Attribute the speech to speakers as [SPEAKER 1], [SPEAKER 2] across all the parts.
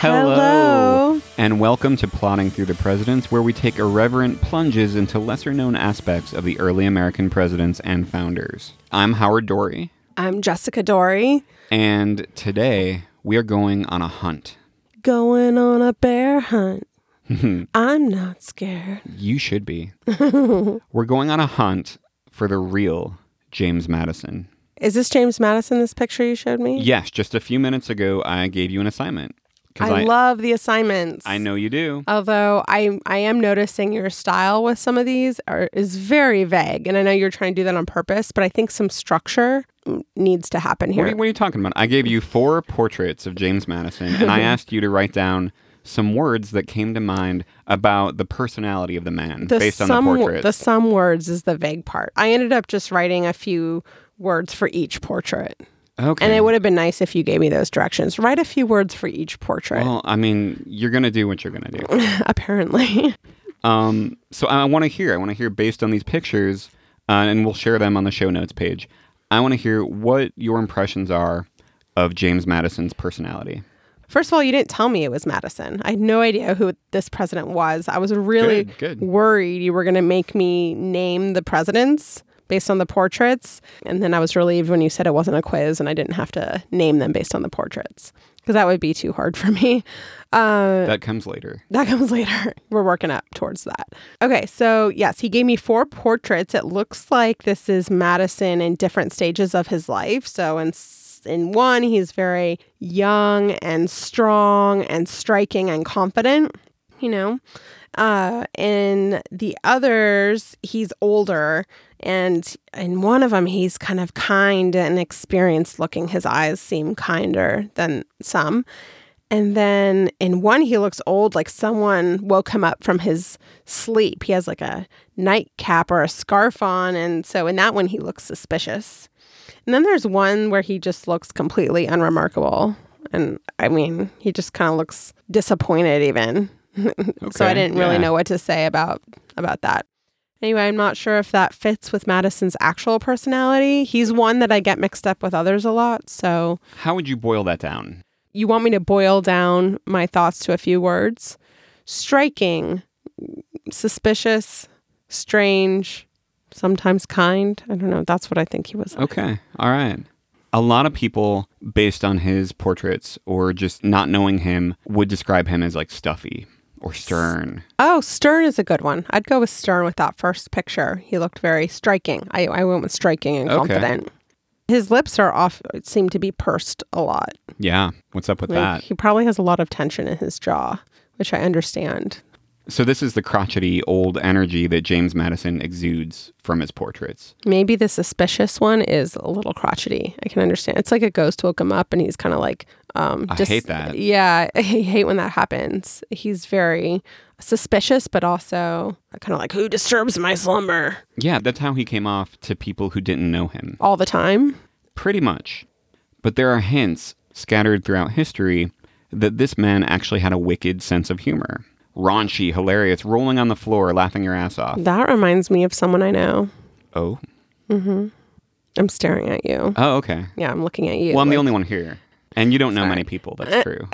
[SPEAKER 1] Hello.
[SPEAKER 2] And welcome to Plotting Through the Presidents, where we take irreverent plunges into lesser known aspects of the early American presidents and founders. I'm Howard Dory,
[SPEAKER 1] I'm Jessica Dory.
[SPEAKER 2] and today we are going on a hunt.
[SPEAKER 1] Going on a bear hunt. I'm not scared.
[SPEAKER 2] You should be. We're going on a hunt for the real James Madison.
[SPEAKER 1] Is this James Madison, this picture you showed me?
[SPEAKER 2] Yes, just a few minutes ago, I gave you an assignment. 'cause
[SPEAKER 1] I, love the assignments.
[SPEAKER 2] I know you do.
[SPEAKER 1] Although I I am noticing your style with some of these are, is very vague, and I know you're trying to do that on purpose, but I think some structure mm, needs to happen
[SPEAKER 2] What are,
[SPEAKER 1] here.
[SPEAKER 2] you- what are you talking about? I gave you four portraits of James Madison, and I asked you to write down some words that came to mind about the personality of the man based on the
[SPEAKER 1] sum,
[SPEAKER 2] portraits.
[SPEAKER 1] the sum words is the vague part. I ended up just writing a few words for each portrait.
[SPEAKER 2] okay.
[SPEAKER 1] And it would have been nice if you gave me those directions. Write a few words for each portrait,
[SPEAKER 2] well, I mean, you're gonna do what you're gonna do.
[SPEAKER 1] apparently.
[SPEAKER 2] Um, so I want to hear. I want to hear based on these pictures, uh, and we'll share them on the show notes page. I want to hear what your impressions are of James Madison's personality.
[SPEAKER 1] First of all, you didn't tell me it was Madison. I had no idea who this president was. I was really
[SPEAKER 2] Good, good.
[SPEAKER 1] worried you were going to make me name the presidents based on the portraits. And then I was relieved when you said it wasn't a quiz and I didn't have to name them based on the portraits because that would be too hard for me. Uh,
[SPEAKER 2] That comes later.
[SPEAKER 1] that comes later. We're working up towards that. Okay, so yes, he gave me four portraits. It looks like this is Madison in different stages of his life. So in s- in one, he's very young and strong and striking and confident, you know. Uh, in the others, he's older, and in one of them, he's kind of kind and experienced looking. His eyes seem kinder than some. And then in one, he looks old, like someone woke him up from his sleep. He has like a nightcap or a scarf on. And so in that one, he looks suspicious. And then there's one where he just looks completely unremarkable. And I mean, he just kind of looks disappointed, even. so I
[SPEAKER 2] Okay,
[SPEAKER 1] didn't really
[SPEAKER 2] yeah.
[SPEAKER 1] know what to say about about that. Anyway, I'm not sure if that fits with Madison's actual personality. He's one that I get mixed up with others a lot. So
[SPEAKER 2] How would you boil that down?
[SPEAKER 1] you want me to boil down my thoughts to a few words striking, suspicious, strange, sometimes kind. I don't know. That's what I think he was. like.
[SPEAKER 2] Okay. All right. A lot of people, based on his portraits or just not knowing him, would describe him as like stuffy or stern.
[SPEAKER 1] Oh, Stern is a good one. I'd go with Stern with that first picture. He looked very striking. I, I went with striking and
[SPEAKER 2] Okay.
[SPEAKER 1] confident. His lips are off, seem to be pursed a lot.
[SPEAKER 2] Yeah. What's up with
[SPEAKER 1] Like,
[SPEAKER 2] that?
[SPEAKER 1] He probably has a lot of tension in his jaw, which I understand.
[SPEAKER 2] So, this is the crotchety old energy that James Madison exudes from his portraits.
[SPEAKER 1] Maybe the suspicious one is a little crotchety. I can understand. It's like a ghost woke him up and he's kind of like, um,
[SPEAKER 2] I hate that.
[SPEAKER 1] Yeah, I hate when that happens. He's very suspicious, but also kind of like, who disturbs my slumber
[SPEAKER 2] Yeah, that's how he came off to people who didn't know him,
[SPEAKER 1] all the time?
[SPEAKER 2] pretty much. But there are hints scattered throughout history that this man actually had a wicked sense of humor. Raunchy, hilarious, rolling on the floor, laughing your ass off.
[SPEAKER 1] That reminds me of someone I know.
[SPEAKER 2] Oh.
[SPEAKER 1] I'm staring at you.
[SPEAKER 2] Oh, okay.
[SPEAKER 1] Yeah, I'm looking at you.
[SPEAKER 2] Well, I'm the
[SPEAKER 1] Like,
[SPEAKER 2] only one here, and you don't know many people. That's true.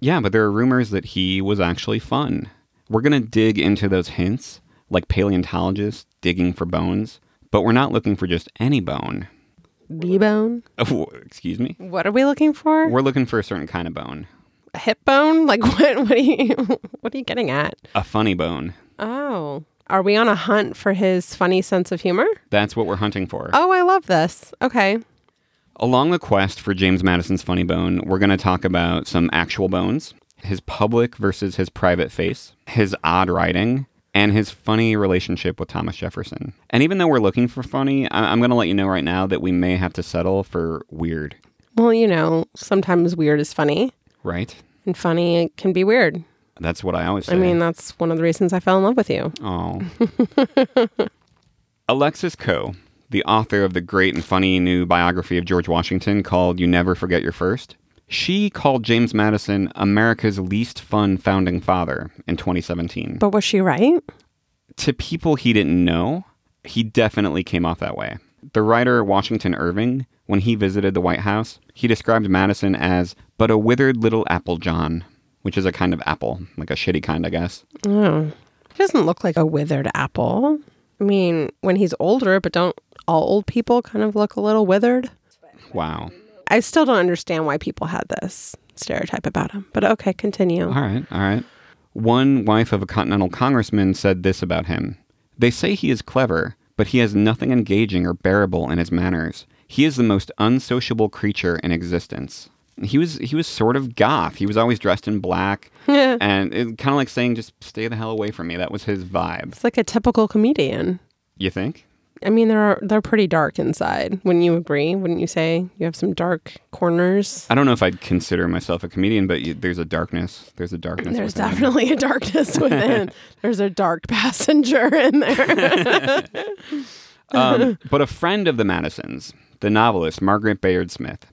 [SPEAKER 2] yeah, but there are rumors that he was actually fun. We're gonna dig into those hints, like paleontologists digging for bones, but we're not looking for just any bone.
[SPEAKER 1] B-bone.
[SPEAKER 2] Oh, excuse me.
[SPEAKER 1] What are we looking for?
[SPEAKER 2] We're looking for a certain kind of bone,
[SPEAKER 1] A hip bone? Like what? What are you? What are you getting at?
[SPEAKER 2] a funny bone.
[SPEAKER 1] Oh, are we on a hunt for his funny sense of humor?
[SPEAKER 2] That's what we're hunting for.
[SPEAKER 1] Oh, I love this. Okay.
[SPEAKER 2] Along the quest for James Madison's funny bone, we're going to talk about some actual bones, his public versus his private face, his odd writing, and his funny relationship with Thomas Jefferson. And even though we're looking for funny, I- I'm going to let you know right now that we may have to settle for weird,
[SPEAKER 1] Well, you know, sometimes weird is funny,
[SPEAKER 2] right?
[SPEAKER 1] and funny can be weird.
[SPEAKER 2] That's what I always say.
[SPEAKER 1] I mean, that's one of the reasons I fell in love with you.
[SPEAKER 2] Oh. Alexis Coe, the author of the great and funny new biography of George Washington called You Never Forget Your First, she called James Madison America's least fun founding father in 2017.
[SPEAKER 1] But was she right?
[SPEAKER 2] To people he didn't know, he definitely came off that way. The writer Washington Irving when he visited the White House, he described Madison as but a withered little apple John, which is a kind of apple, like a shitty kind, I guess.
[SPEAKER 1] Oh. He doesn't look like a withered apple. I mean, when he's older, but don't all old people kind of look a little withered?
[SPEAKER 2] Wow.
[SPEAKER 1] I still don't understand why people had this stereotype about him. But okay, continue.
[SPEAKER 2] All right, all right. One wife of a Continental Congressman said this about him They say he is clever, but he has nothing engaging or bearable in his manners. He is the most unsociable creature in existence. He was he was sort of goth. He was always dressed in black, and it, kind of like saying, "Just stay the hell away from me." That was his vibe.
[SPEAKER 1] It's like a typical comedian.
[SPEAKER 2] You think?
[SPEAKER 1] I mean, they're they're pretty dark inside. Wouldn't you agree? Wouldn't you say you have some dark corners?
[SPEAKER 2] I don't know if I'd consider myself a comedian, but you, there's a darkness. There's a darkness.
[SPEAKER 1] There's
[SPEAKER 2] within.
[SPEAKER 1] definitely a darkness within. There's a dark passenger in there.
[SPEAKER 2] um, but a friend of the Madisons, the novelist Margaret Bayard Smith,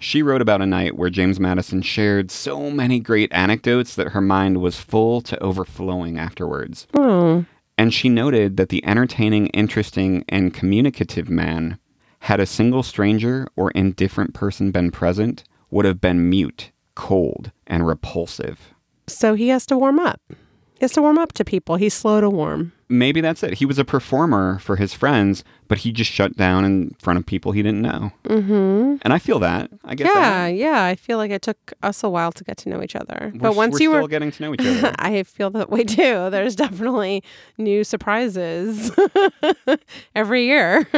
[SPEAKER 2] she wrote about a night where James Madison shared so many great anecdotes that her mind was full to overflowing afterwards. And she noted that the entertaining, interesting, and communicative man, had a single stranger or indifferent person been present, would have been mute, cold, and repulsive.
[SPEAKER 1] so he has to warm up. He has to warm up to people. He's slow to warm.
[SPEAKER 2] Maybe that's it. He was a performer for his friends, but he just shut down in front of people he didn't know. Mm-hmm. And I feel that. I get that.
[SPEAKER 1] Yeah, yeah. I feel like it took us a while to get to know each other,
[SPEAKER 2] We're
[SPEAKER 1] but
[SPEAKER 2] s-
[SPEAKER 1] once
[SPEAKER 2] we're
[SPEAKER 1] you
[SPEAKER 2] still
[SPEAKER 1] were,
[SPEAKER 2] getting to know each other.
[SPEAKER 1] I feel that way too. There's definitely new surprises every year,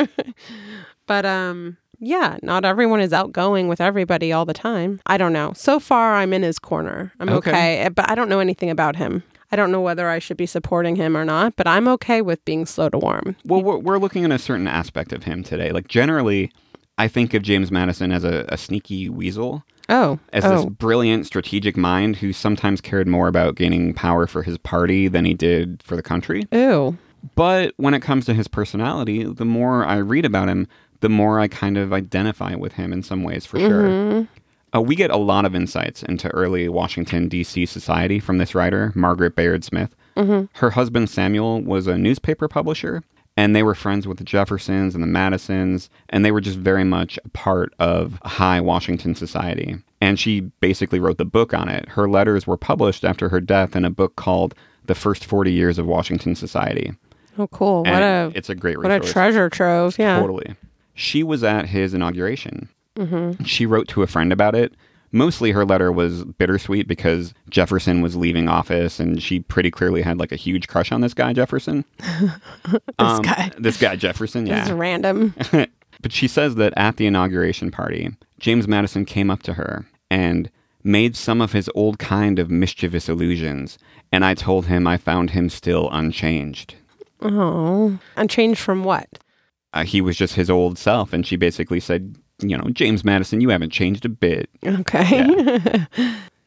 [SPEAKER 1] but um, yeah. Not everyone is outgoing with everybody all the time. I don't know. So far, I'm in his corner. I'm
[SPEAKER 2] Okay.
[SPEAKER 1] okay, eh, but I don't know anything about him. I don't know whether I should be supporting him or not, but I'm okay with being slow to warm.
[SPEAKER 2] well, we're, we're looking at a certain aspect of him today. Like generally, I think of James Madison as a, a sneaky weasel,
[SPEAKER 1] Oh,
[SPEAKER 2] as
[SPEAKER 1] oh,
[SPEAKER 2] this brilliant strategic mind who sometimes cared more about gaining power for his party than he did for the country.
[SPEAKER 1] ew.
[SPEAKER 2] But when it comes to his personality, the more I read about him, the more I kind of identify with him in some ways, for sure. Uh, we get a lot of insights into early Washington, D.C. society from this writer, Margaret Bayard Smith. Her husband, Samuel, was a newspaper publisher, and they were friends with the Jeffersons and the Madisons, and they were just very much a part of high Washington society. And she basically wrote the book on it. Her letters were published after her death in a book called The First 40 Years of Washington Society.
[SPEAKER 1] Oh, cool. What
[SPEAKER 2] And
[SPEAKER 1] a
[SPEAKER 2] it's a great resource.
[SPEAKER 1] what a treasure trove. Yeah.
[SPEAKER 2] Totally. She was at his inauguration.
[SPEAKER 1] Mm-hmm.
[SPEAKER 2] She wrote to a friend about it. Mostly her letter was bittersweet because Jefferson was leaving office and she pretty clearly had like a huge crush on this guy, Jefferson. this
[SPEAKER 1] guy.
[SPEAKER 2] This guy, Jefferson,
[SPEAKER 1] This is
[SPEAKER 2] yeah.
[SPEAKER 1] random.
[SPEAKER 2] But she says that at the inauguration party, James Madison came up to her and made some of his old kind of mischievous illusions. And I told him I found him still unchanged.
[SPEAKER 1] Oh, unchanged from what?
[SPEAKER 2] uh, he was just his old self. And she basically said, you know, James Madison, you haven't changed a bit.
[SPEAKER 1] Okay.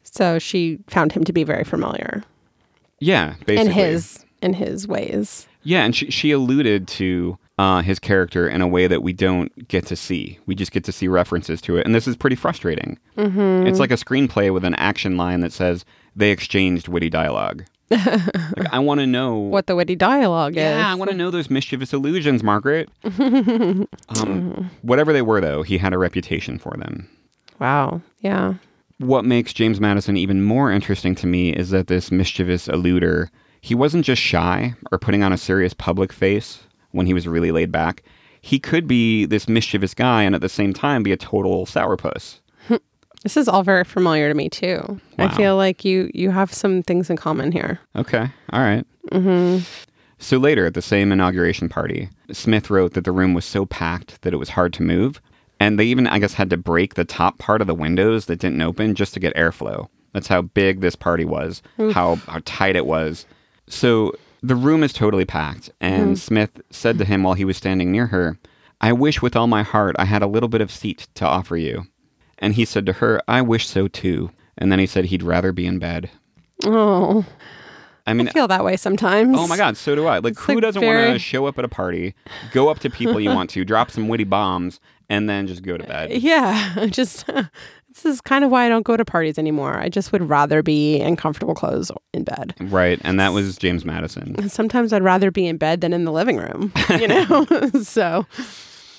[SPEAKER 1] so she found him to be very familiar
[SPEAKER 2] Yeah, basically.
[SPEAKER 1] in his in his ways.
[SPEAKER 2] Yeah, and she, she alluded to uh, his character in a way that we don't get to see. We just get to see references to it. And this is pretty frustrating. Mm-hmm. It's like a screenplay with an action line that says, they exchanged witty dialogue. like, I want to know.
[SPEAKER 1] What the witty dialogue
[SPEAKER 2] Yeah, I
[SPEAKER 1] is.
[SPEAKER 2] want to know those mischievous illusions, Margaret. um, whatever they were, though, he had a reputation for them.
[SPEAKER 1] Wow. Yeah.
[SPEAKER 2] what makes James Madison even more interesting to me is that this mischievous eluder, he wasn't just shy or putting on a serious public face when he was really laid back. He could be this mischievous guy and at the same time be a total sourpuss.
[SPEAKER 1] This is all very familiar to me too.
[SPEAKER 2] Wow.
[SPEAKER 1] I feel like you you have some things in common here.
[SPEAKER 2] Okay, all right. So later at the same inauguration party, Smith wrote that the room was so packed that it was hard to move. And they even, I guess, had to break the top part of the windows that didn't open just to get airflow. That's how big this party was, how, how tight it was. So the room is totally packed. And Smith said to him while he was standing near her, I wish with all my heart I had a little bit of seat to offer you. And he said to her, I wish so too. And then he said he'd rather be in bed.
[SPEAKER 1] Oh,
[SPEAKER 2] I mean,
[SPEAKER 1] I feel that way sometimes.
[SPEAKER 2] Oh my God, so do I. Like, who
[SPEAKER 1] like
[SPEAKER 2] doesn't want to
[SPEAKER 1] very-
[SPEAKER 2] show up at a party, go up to people you want to, drop some witty bombs, and then just go to bed?
[SPEAKER 1] Yeah, I just this is kind of why I don't go to parties anymore. I just would rather be in comfortable clothes in bed.
[SPEAKER 2] Right. And that was James Madison.
[SPEAKER 1] And sometimes I'd rather be in bed than in the living room, you know? so,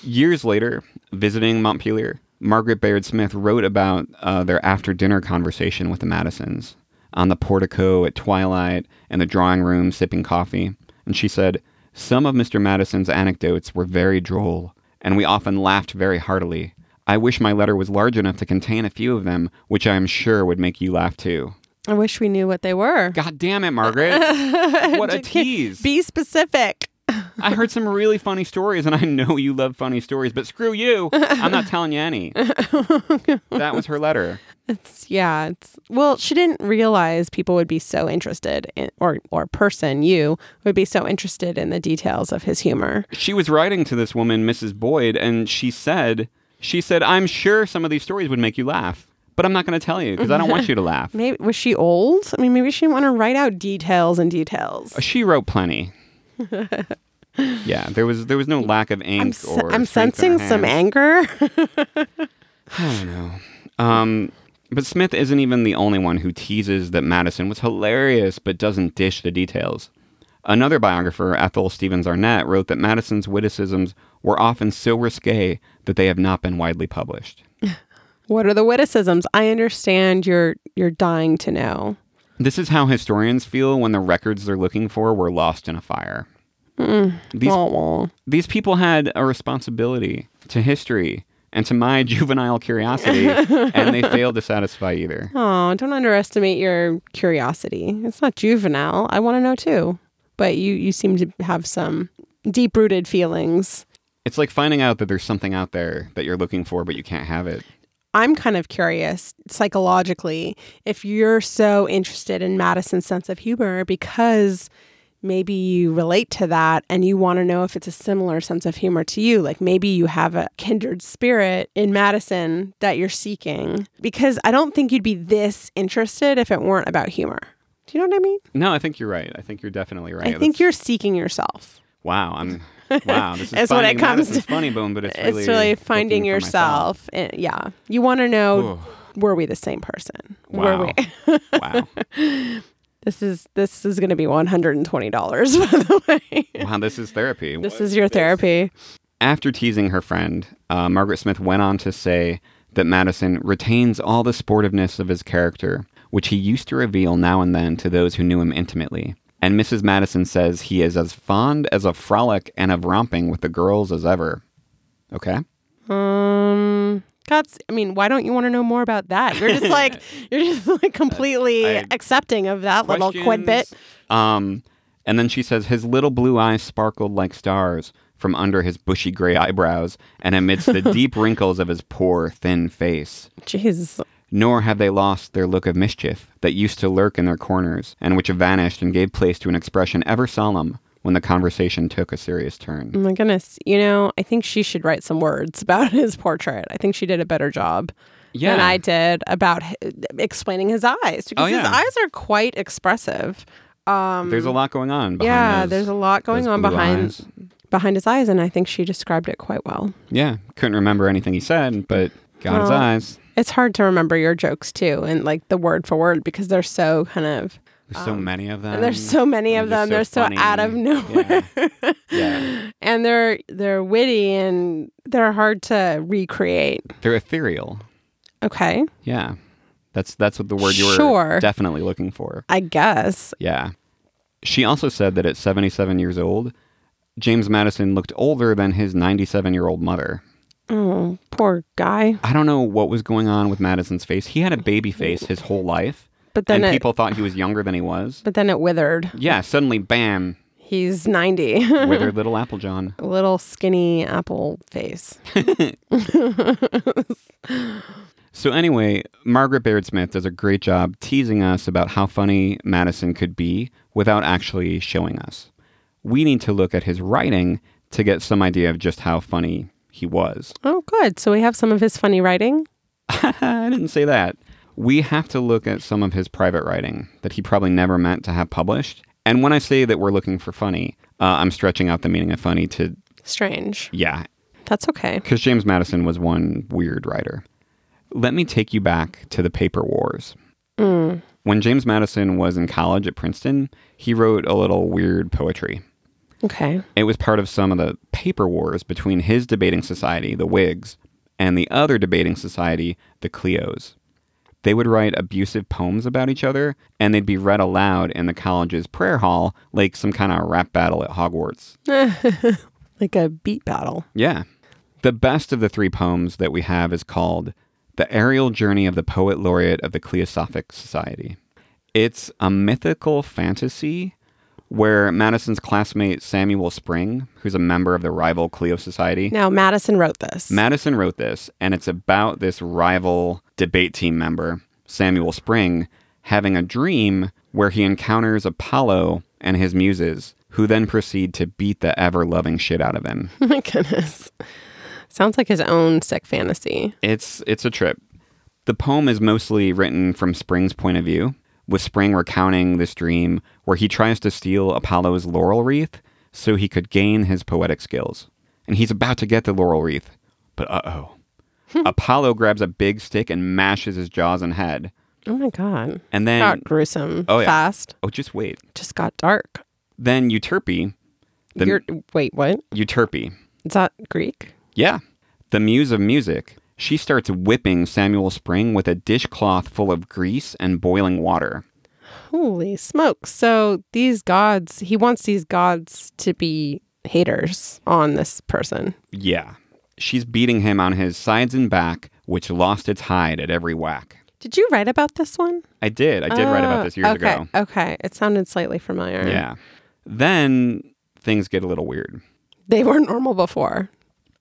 [SPEAKER 2] Years later, visiting Montpelier. Margaret Bayard Smith wrote about uh, their after dinner conversation with the Madisons on the portico at twilight and the drawing room sipping coffee. And she said, Some of Mr. Madison's anecdotes were very droll, and we often laughed very heartily. I wish my letter was large enough to contain a few of them, which I am sure would make you laugh too.
[SPEAKER 1] I wish we knew what they were.
[SPEAKER 2] God damn it, Margaret. what a tease.
[SPEAKER 1] Be specific.
[SPEAKER 2] I heard some really funny stories, and I know you love funny stories, but screw you. I'm not telling you any. that was her letter.
[SPEAKER 1] It's yeah, it's well, she didn't realize people would be so interested in or or person you would be so interested in the details of his humor.
[SPEAKER 2] She was writing to this woman, Mrs. Boyd, and she said, she said, I'm sure some of these stories would make you laugh, but I'm not going to tell you because I don't want you to laugh.
[SPEAKER 1] Maybe was she old? I mean, maybe she didn't want to write out details and details.
[SPEAKER 2] She wrote plenty. yeah, there was there was no lack of ink
[SPEAKER 1] I'm, s-
[SPEAKER 2] or.
[SPEAKER 1] I'm
[SPEAKER 2] strength in her
[SPEAKER 1] sensing some
[SPEAKER 2] hands.
[SPEAKER 1] anger.
[SPEAKER 2] I don't know. Um, but Smith isn't even the only one who teases that Madison was hilarious but doesn't dish the details. Another biographer, Ethel Stevens Arnett, wrote that Madison's witticisms were often so risque that they have not been widely published.
[SPEAKER 1] what are the witticisms? I understand you're you're dying to know.
[SPEAKER 2] This is how historians feel when the records they're looking for were lost in a fire. These
[SPEAKER 1] Wah, wah.
[SPEAKER 2] these people had a responsibility to history and to my juvenile curiosity, and they failed to satisfy either.
[SPEAKER 1] Oh, don't underestimate your curiosity. It's not juvenile. I want to know too. But you you seem to have some deep-rooted feelings.
[SPEAKER 2] It's like finding out that there's something out there that you're looking for, but you can't have it.
[SPEAKER 1] I'm kind of curious psychologically if you're so interested in Madison's sense of humor because maybe you relate to that and you want to know if it's a similar sense of humor to you. Like maybe you have a kindred spirit in Madison that you're seeking because I don't think you'd be this interested if it weren't about humor. Do you know what I mean?
[SPEAKER 2] No, I think you're right. I think you're definitely right.
[SPEAKER 1] I think
[SPEAKER 2] That's-
[SPEAKER 1] you're seeking yourself.
[SPEAKER 2] Wow, I'm. Wow, this is
[SPEAKER 1] That's what
[SPEAKER 2] finding
[SPEAKER 1] it comes
[SPEAKER 2] Madison's
[SPEAKER 1] to.
[SPEAKER 2] funny bone, but it's really
[SPEAKER 1] it's really
[SPEAKER 2] looking
[SPEAKER 1] finding
[SPEAKER 2] for myself.
[SPEAKER 1] yourself. Eh, yeah. You want to know were we the same person? Were
[SPEAKER 2] Wow,
[SPEAKER 1] we?
[SPEAKER 2] wow,
[SPEAKER 1] This is this is going to be $120 by the way.
[SPEAKER 2] wow! This is therapy.
[SPEAKER 1] This is your therapy.
[SPEAKER 2] After teasing her friend, uh, Margaret Smith went on to say that Madison retains all the sportiveness of his character, which he used to reveal now and then to those who knew him intimately. And Mrs. Madison says he is as fond as of frolic and of romping with the girls as ever. Okay.
[SPEAKER 1] Um God's, I mean, why don't you want to know more about that? You're just like you're just like completely
[SPEAKER 2] I-
[SPEAKER 1] accepting of that little quidbit.
[SPEAKER 2] Um, and then she says his little blue eyes sparkled like stars from under his bushy gray eyebrows and amidst the deep wrinkles of his poor thin face.
[SPEAKER 1] Jeez.
[SPEAKER 2] Nor have they lost their look of mischief that used to lurk in their corners and which vanished and gave place to an expression ever solemn when the conversation took a serious turn.
[SPEAKER 1] Oh my goodness. You know, I think she should write some words about his portrait. I think she did a better job than
[SPEAKER 2] Yeah.
[SPEAKER 1] I did about hi- explaining his eyes because
[SPEAKER 2] Oh,
[SPEAKER 1] his
[SPEAKER 2] yeah.
[SPEAKER 1] eyes are quite expressive. Um,
[SPEAKER 2] There's a lot going on behind
[SPEAKER 1] yeah,
[SPEAKER 2] those-
[SPEAKER 1] there's a lot going
[SPEAKER 2] those
[SPEAKER 1] on
[SPEAKER 2] blue
[SPEAKER 1] behind
[SPEAKER 2] eyes.
[SPEAKER 1] behind his eyes, and I think she described it quite well.
[SPEAKER 2] Yeah, couldn't remember anything he said, but got his
[SPEAKER 1] Well,
[SPEAKER 2] eyes.
[SPEAKER 1] It's hard to remember your jokes too, and like the word for word because they're so kind of
[SPEAKER 2] There's so many of them.
[SPEAKER 1] um, and there's so many of them.
[SPEAKER 2] They're
[SPEAKER 1] They're
[SPEAKER 2] just Um, so
[SPEAKER 1] so out of
[SPEAKER 2] funny.
[SPEAKER 1] nowhere,
[SPEAKER 2] yeah.
[SPEAKER 1] and they're they're witty and they're hard to recreate.
[SPEAKER 2] They're ethereal.
[SPEAKER 1] Okay,
[SPEAKER 2] Yeah. That's that's what the word you were
[SPEAKER 1] Sure.
[SPEAKER 2] definitely looking for.
[SPEAKER 1] I guess
[SPEAKER 2] Yeah. She also said that at 77 years old, James Madison looked older than his 97-year-old mother.
[SPEAKER 1] Oh, poor guy.
[SPEAKER 2] I don't know what was going on with Madison's face. He had a baby face his whole life,
[SPEAKER 1] But then
[SPEAKER 2] and
[SPEAKER 1] it,
[SPEAKER 2] people thought he was younger than he was.
[SPEAKER 1] but then it withered.
[SPEAKER 2] Yeah, suddenly bam,
[SPEAKER 1] He's 90.
[SPEAKER 2] withered little Applejohn.
[SPEAKER 1] Little skinny apple face.
[SPEAKER 2] So anyway, Margaret Baird Smith does a great job teasing us about how funny Madison could be without actually showing us. We need to look at his writing to get some idea of just how funny he was.
[SPEAKER 1] Oh, good. So we have some of his funny writing.
[SPEAKER 2] I didn't say that. We have to look at some of his private writing that he probably never meant to have published. And when I say that we're looking for funny, uh, I'm stretching out the meaning of funny to,
[SPEAKER 1] Strange.
[SPEAKER 2] yeah,
[SPEAKER 1] That's okay.
[SPEAKER 2] because James Madison was one weird writer. Let me take you back to the paper wars. When James Madison was in college at Princeton, he wrote a little weird poetry.
[SPEAKER 1] Okay.
[SPEAKER 2] It was part of some of the paper wars between his debating society, the Whigs, and the other debating society, the Clios. They would write abusive poems about each other, and they'd be read aloud in the college's prayer hall, like some kind of rap battle at Hogwarts.
[SPEAKER 1] Like a beat battle.
[SPEAKER 2] Yeah. The best of the three poems that we have is called The Aerial Journey of the Poet Laureate of the Cleosophic Society. It's a mythical fantasy where Madison's classmate Samuel Spring, who's a member of the rival Clio Society,
[SPEAKER 1] Now, Madison wrote this.
[SPEAKER 2] Madison wrote this, and it's about this rival debate team member, Samuel Spring, having a dream where he encounters Apollo and his muses, who then proceed to beat the ever loving shit out of him.
[SPEAKER 1] My goodness. Sounds like his own sick fantasy.
[SPEAKER 2] It's it's a trip. The poem is mostly written from Spring's point of view, with Spring recounting this dream where he tries to steal Apollo's laurel wreath so he could gain his poetic skills. And he's about to get the laurel wreath, but uh-oh. Apollo grabs a big stick and mashes his jaws and head.
[SPEAKER 1] Oh my God.
[SPEAKER 2] And then
[SPEAKER 1] Got gruesome
[SPEAKER 2] Oh, yeah.
[SPEAKER 1] fast.
[SPEAKER 2] oh just wait.
[SPEAKER 1] Just got dark.
[SPEAKER 2] Then Euterpe, The-
[SPEAKER 1] You're, wait, what?
[SPEAKER 2] Euterpe.
[SPEAKER 1] Is that Greek?
[SPEAKER 2] Yeah. The muse of music. She starts whipping Samuel Spring with a dishcloth full of grease and boiling water.
[SPEAKER 1] Holy smokes. So these gods, he wants these gods to be haters on this person.
[SPEAKER 2] Yeah. She's beating him on his sides and back, which lost its hide at every whack.
[SPEAKER 1] Did you write about this one? Ah,
[SPEAKER 2] I did. I did write about this years
[SPEAKER 1] okay,
[SPEAKER 2] ago.
[SPEAKER 1] Okay. It sounded slightly familiar.
[SPEAKER 2] Yeah. Then things get a little weird.
[SPEAKER 1] They were normal before.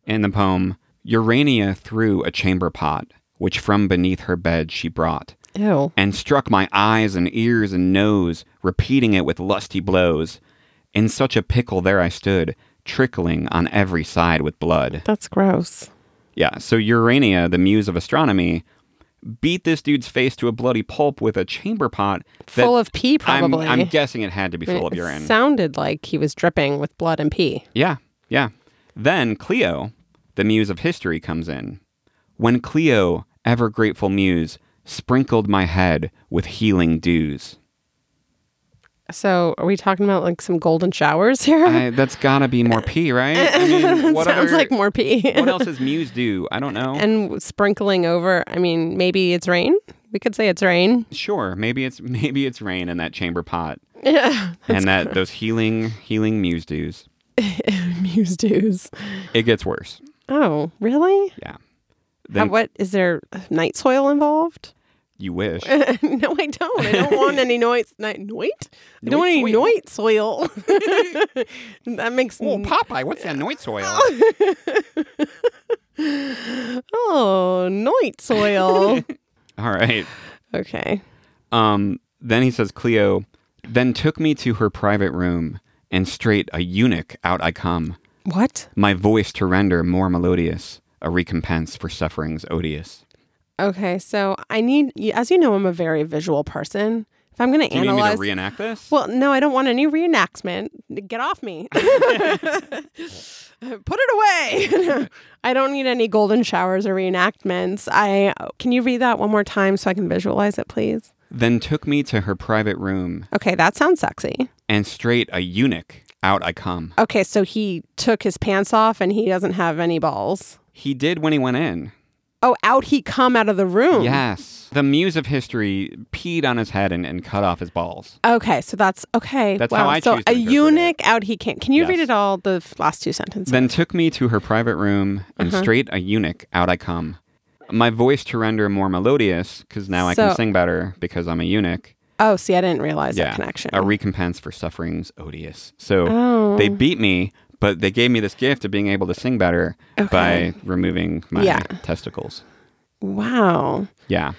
[SPEAKER 2] In the poem, Urania threw a chamber pot, which from beneath her bed she brought,
[SPEAKER 1] Ew.
[SPEAKER 2] and struck my eyes and ears and nose, repeating it with lusty blows. In such a pickle there I stood, trickling on every side with blood.
[SPEAKER 1] That's gross.
[SPEAKER 2] Yeah, so Urania, the muse of astronomy, beat this dude's face to a bloody pulp with a chamber pot that
[SPEAKER 1] full of pee,
[SPEAKER 2] I'm,
[SPEAKER 1] probably.
[SPEAKER 2] I'm guessing it had to be full of
[SPEAKER 1] it
[SPEAKER 2] urine.
[SPEAKER 1] sounded like he was dripping with blood and pee.
[SPEAKER 2] Yeah, yeah. Then Clio, the muse of history, comes in. When Clio, ever grateful muse, sprinkled my head with healing dews.
[SPEAKER 1] So are we talking about like some golden showers here?
[SPEAKER 2] I, that's gotta be more pee, right? I mean, what
[SPEAKER 1] Sounds
[SPEAKER 2] other,
[SPEAKER 1] like more pee.
[SPEAKER 2] what else does muse do? I don't know.
[SPEAKER 1] and sprinkling over, I mean, maybe it's rain. We could say it's rain.
[SPEAKER 2] sure, maybe it's maybe it's rain in that chamber pot.
[SPEAKER 1] Yeah.
[SPEAKER 2] and that those healing healing muse dews.
[SPEAKER 1] Muse dews.
[SPEAKER 2] It gets worse.
[SPEAKER 1] Oh, really?
[SPEAKER 2] Yeah.
[SPEAKER 1] How,
[SPEAKER 2] Then
[SPEAKER 1] what is there uh, night soil involved?
[SPEAKER 2] you wish.
[SPEAKER 1] no, I don't. I don't want any noise. Night noit? I don't want any
[SPEAKER 2] Noit
[SPEAKER 1] noit soil. that makes
[SPEAKER 2] oh,
[SPEAKER 1] n-
[SPEAKER 2] Popeye, what's that noise oil?
[SPEAKER 1] oh noit soil.
[SPEAKER 2] All right.
[SPEAKER 1] okay.
[SPEAKER 2] Um, then he says, Cleo then took me to her private room, and straight a eunuch out I come,
[SPEAKER 1] What?
[SPEAKER 2] my voice to render more melodious, a recompense for sufferings odious.
[SPEAKER 1] Okay, so I need, y- as you know, I'm a very visual person. If I'm going to
[SPEAKER 2] Do you need me
[SPEAKER 1] analyze,
[SPEAKER 2] to reenact this?
[SPEAKER 1] well, no, I don't want any reenactment. Get off me. Put it away. No, I don't need any golden showers or reenactments. I can you read that one more time so I can visualize it, please?
[SPEAKER 2] then took me to her private room,
[SPEAKER 1] Okay, that sounds sexy.
[SPEAKER 2] and straight a eunuch out I come.
[SPEAKER 1] Okay, so he took his pants off and he doesn't have any balls.
[SPEAKER 2] He did when he went in.
[SPEAKER 1] Oh, out he come out of the room.
[SPEAKER 2] Yes. The muse of history peed on his head and, and cut off his balls.
[SPEAKER 1] Okay, so that's okay.
[SPEAKER 2] That's
[SPEAKER 1] wow.
[SPEAKER 2] how I
[SPEAKER 1] so
[SPEAKER 2] choose to
[SPEAKER 1] a
[SPEAKER 2] interpret it.
[SPEAKER 1] eunuch out he came. Can you read
[SPEAKER 2] Yes.
[SPEAKER 1] it all? The f- last two sentences.
[SPEAKER 2] Then took me to her private room, and
[SPEAKER 1] Uh-huh.
[SPEAKER 2] straight a eunuch out I come. My voice to render more melodious, because now I
[SPEAKER 1] So-
[SPEAKER 2] can sing better because I'm a eunuch.
[SPEAKER 1] oh, see, I didn't realize
[SPEAKER 2] Yeah.
[SPEAKER 1] that connection.
[SPEAKER 2] A recompense for sufferings odious. So
[SPEAKER 1] Oh.
[SPEAKER 2] they beat me, but they gave me this gift of being able to sing better by
[SPEAKER 1] Okay.
[SPEAKER 2] removing my
[SPEAKER 1] Yeah.
[SPEAKER 2] testicles.
[SPEAKER 1] wow,
[SPEAKER 2] Yeah.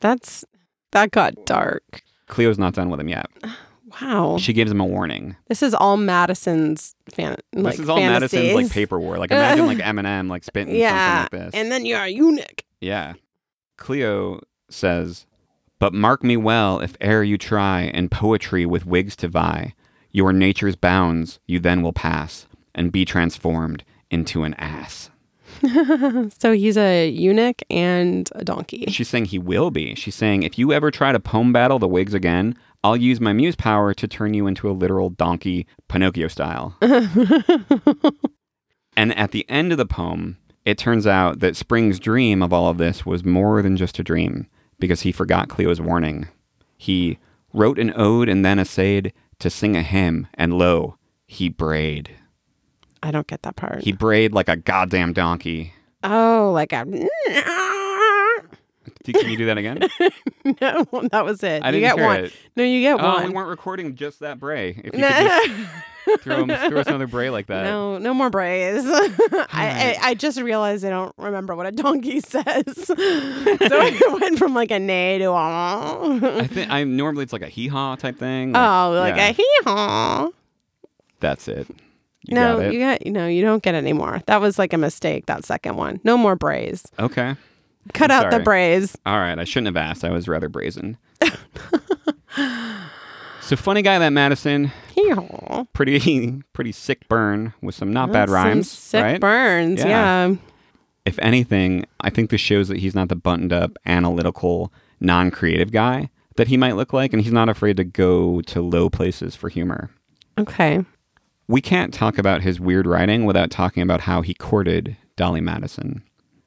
[SPEAKER 1] that's that got dark.
[SPEAKER 2] Cleo's not done with him yet.
[SPEAKER 1] Wow,
[SPEAKER 2] She gives him a warning.
[SPEAKER 1] this is all Madison's fan. like,
[SPEAKER 2] this is all Madison's like
[SPEAKER 1] fantasies.
[SPEAKER 2] paper war. Like imagine like Eminem like spitting
[SPEAKER 1] Yeah,
[SPEAKER 2] something like this.
[SPEAKER 1] and then you're a eunuch.
[SPEAKER 2] Yeah. Cleo says, But mark me well if e'er you try in poetry with wigs to vie, your nature's bounds you then will pass and be transformed into an ass.
[SPEAKER 1] So he's a eunuch and a donkey.
[SPEAKER 2] She's saying he will be. She's saying, If you ever try to poem battle the wigs again, I'll use my muse power to turn you into a literal donkey, Pinocchio style. and at the end of the poem, It turns out that Spring's dream of all of this was more than just a dream because he forgot Cleo's warning. He wrote an ode and then essayed to sing a hymn, and lo, he brayed.
[SPEAKER 1] I don't get that part.
[SPEAKER 2] He brayed like a goddamn donkey.
[SPEAKER 1] oh, like a
[SPEAKER 2] Do- Can you do that again?
[SPEAKER 1] no, that was it.
[SPEAKER 2] I
[SPEAKER 1] you
[SPEAKER 2] didn't
[SPEAKER 1] get
[SPEAKER 2] hear
[SPEAKER 1] one.
[SPEAKER 2] it.
[SPEAKER 1] No, you get
[SPEAKER 2] Oh, we
[SPEAKER 1] one.
[SPEAKER 2] weren't recording just that bray. If you could just throw, throw us another bray like that.
[SPEAKER 1] No, no more brays. I, I, I just realized I don't remember what a donkey says. so it went from like a neigh to a.
[SPEAKER 2] I think I normally it's like a hee haw type thing.
[SPEAKER 1] Oh, like
[SPEAKER 2] yeah,
[SPEAKER 1] a hee haw.
[SPEAKER 2] that's it. You
[SPEAKER 1] No,
[SPEAKER 2] got it.
[SPEAKER 1] you got no, you don't get any more. That was like a mistake. That second one. No more brays.
[SPEAKER 2] Okay.
[SPEAKER 1] Cut
[SPEAKER 2] I'm
[SPEAKER 1] out the
[SPEAKER 2] sorry.
[SPEAKER 1] brays.
[SPEAKER 2] All right, I shouldn't have asked. I was rather brazen. so funny guy that Madison,
[SPEAKER 1] Hee haw.
[SPEAKER 2] pretty pretty sick burn with some not bad
[SPEAKER 1] Some
[SPEAKER 2] rhymes,
[SPEAKER 1] sick
[SPEAKER 2] right?
[SPEAKER 1] burns.
[SPEAKER 2] Yeah.
[SPEAKER 1] Yeah.
[SPEAKER 2] If anything, I think this shows that he's not the buttoned up, analytical, non-creative guy that he might look like and he's not afraid to go to low places for humor.
[SPEAKER 1] Okay.
[SPEAKER 2] We can't talk about his weird writing without talking about how he courted Dolly Madison.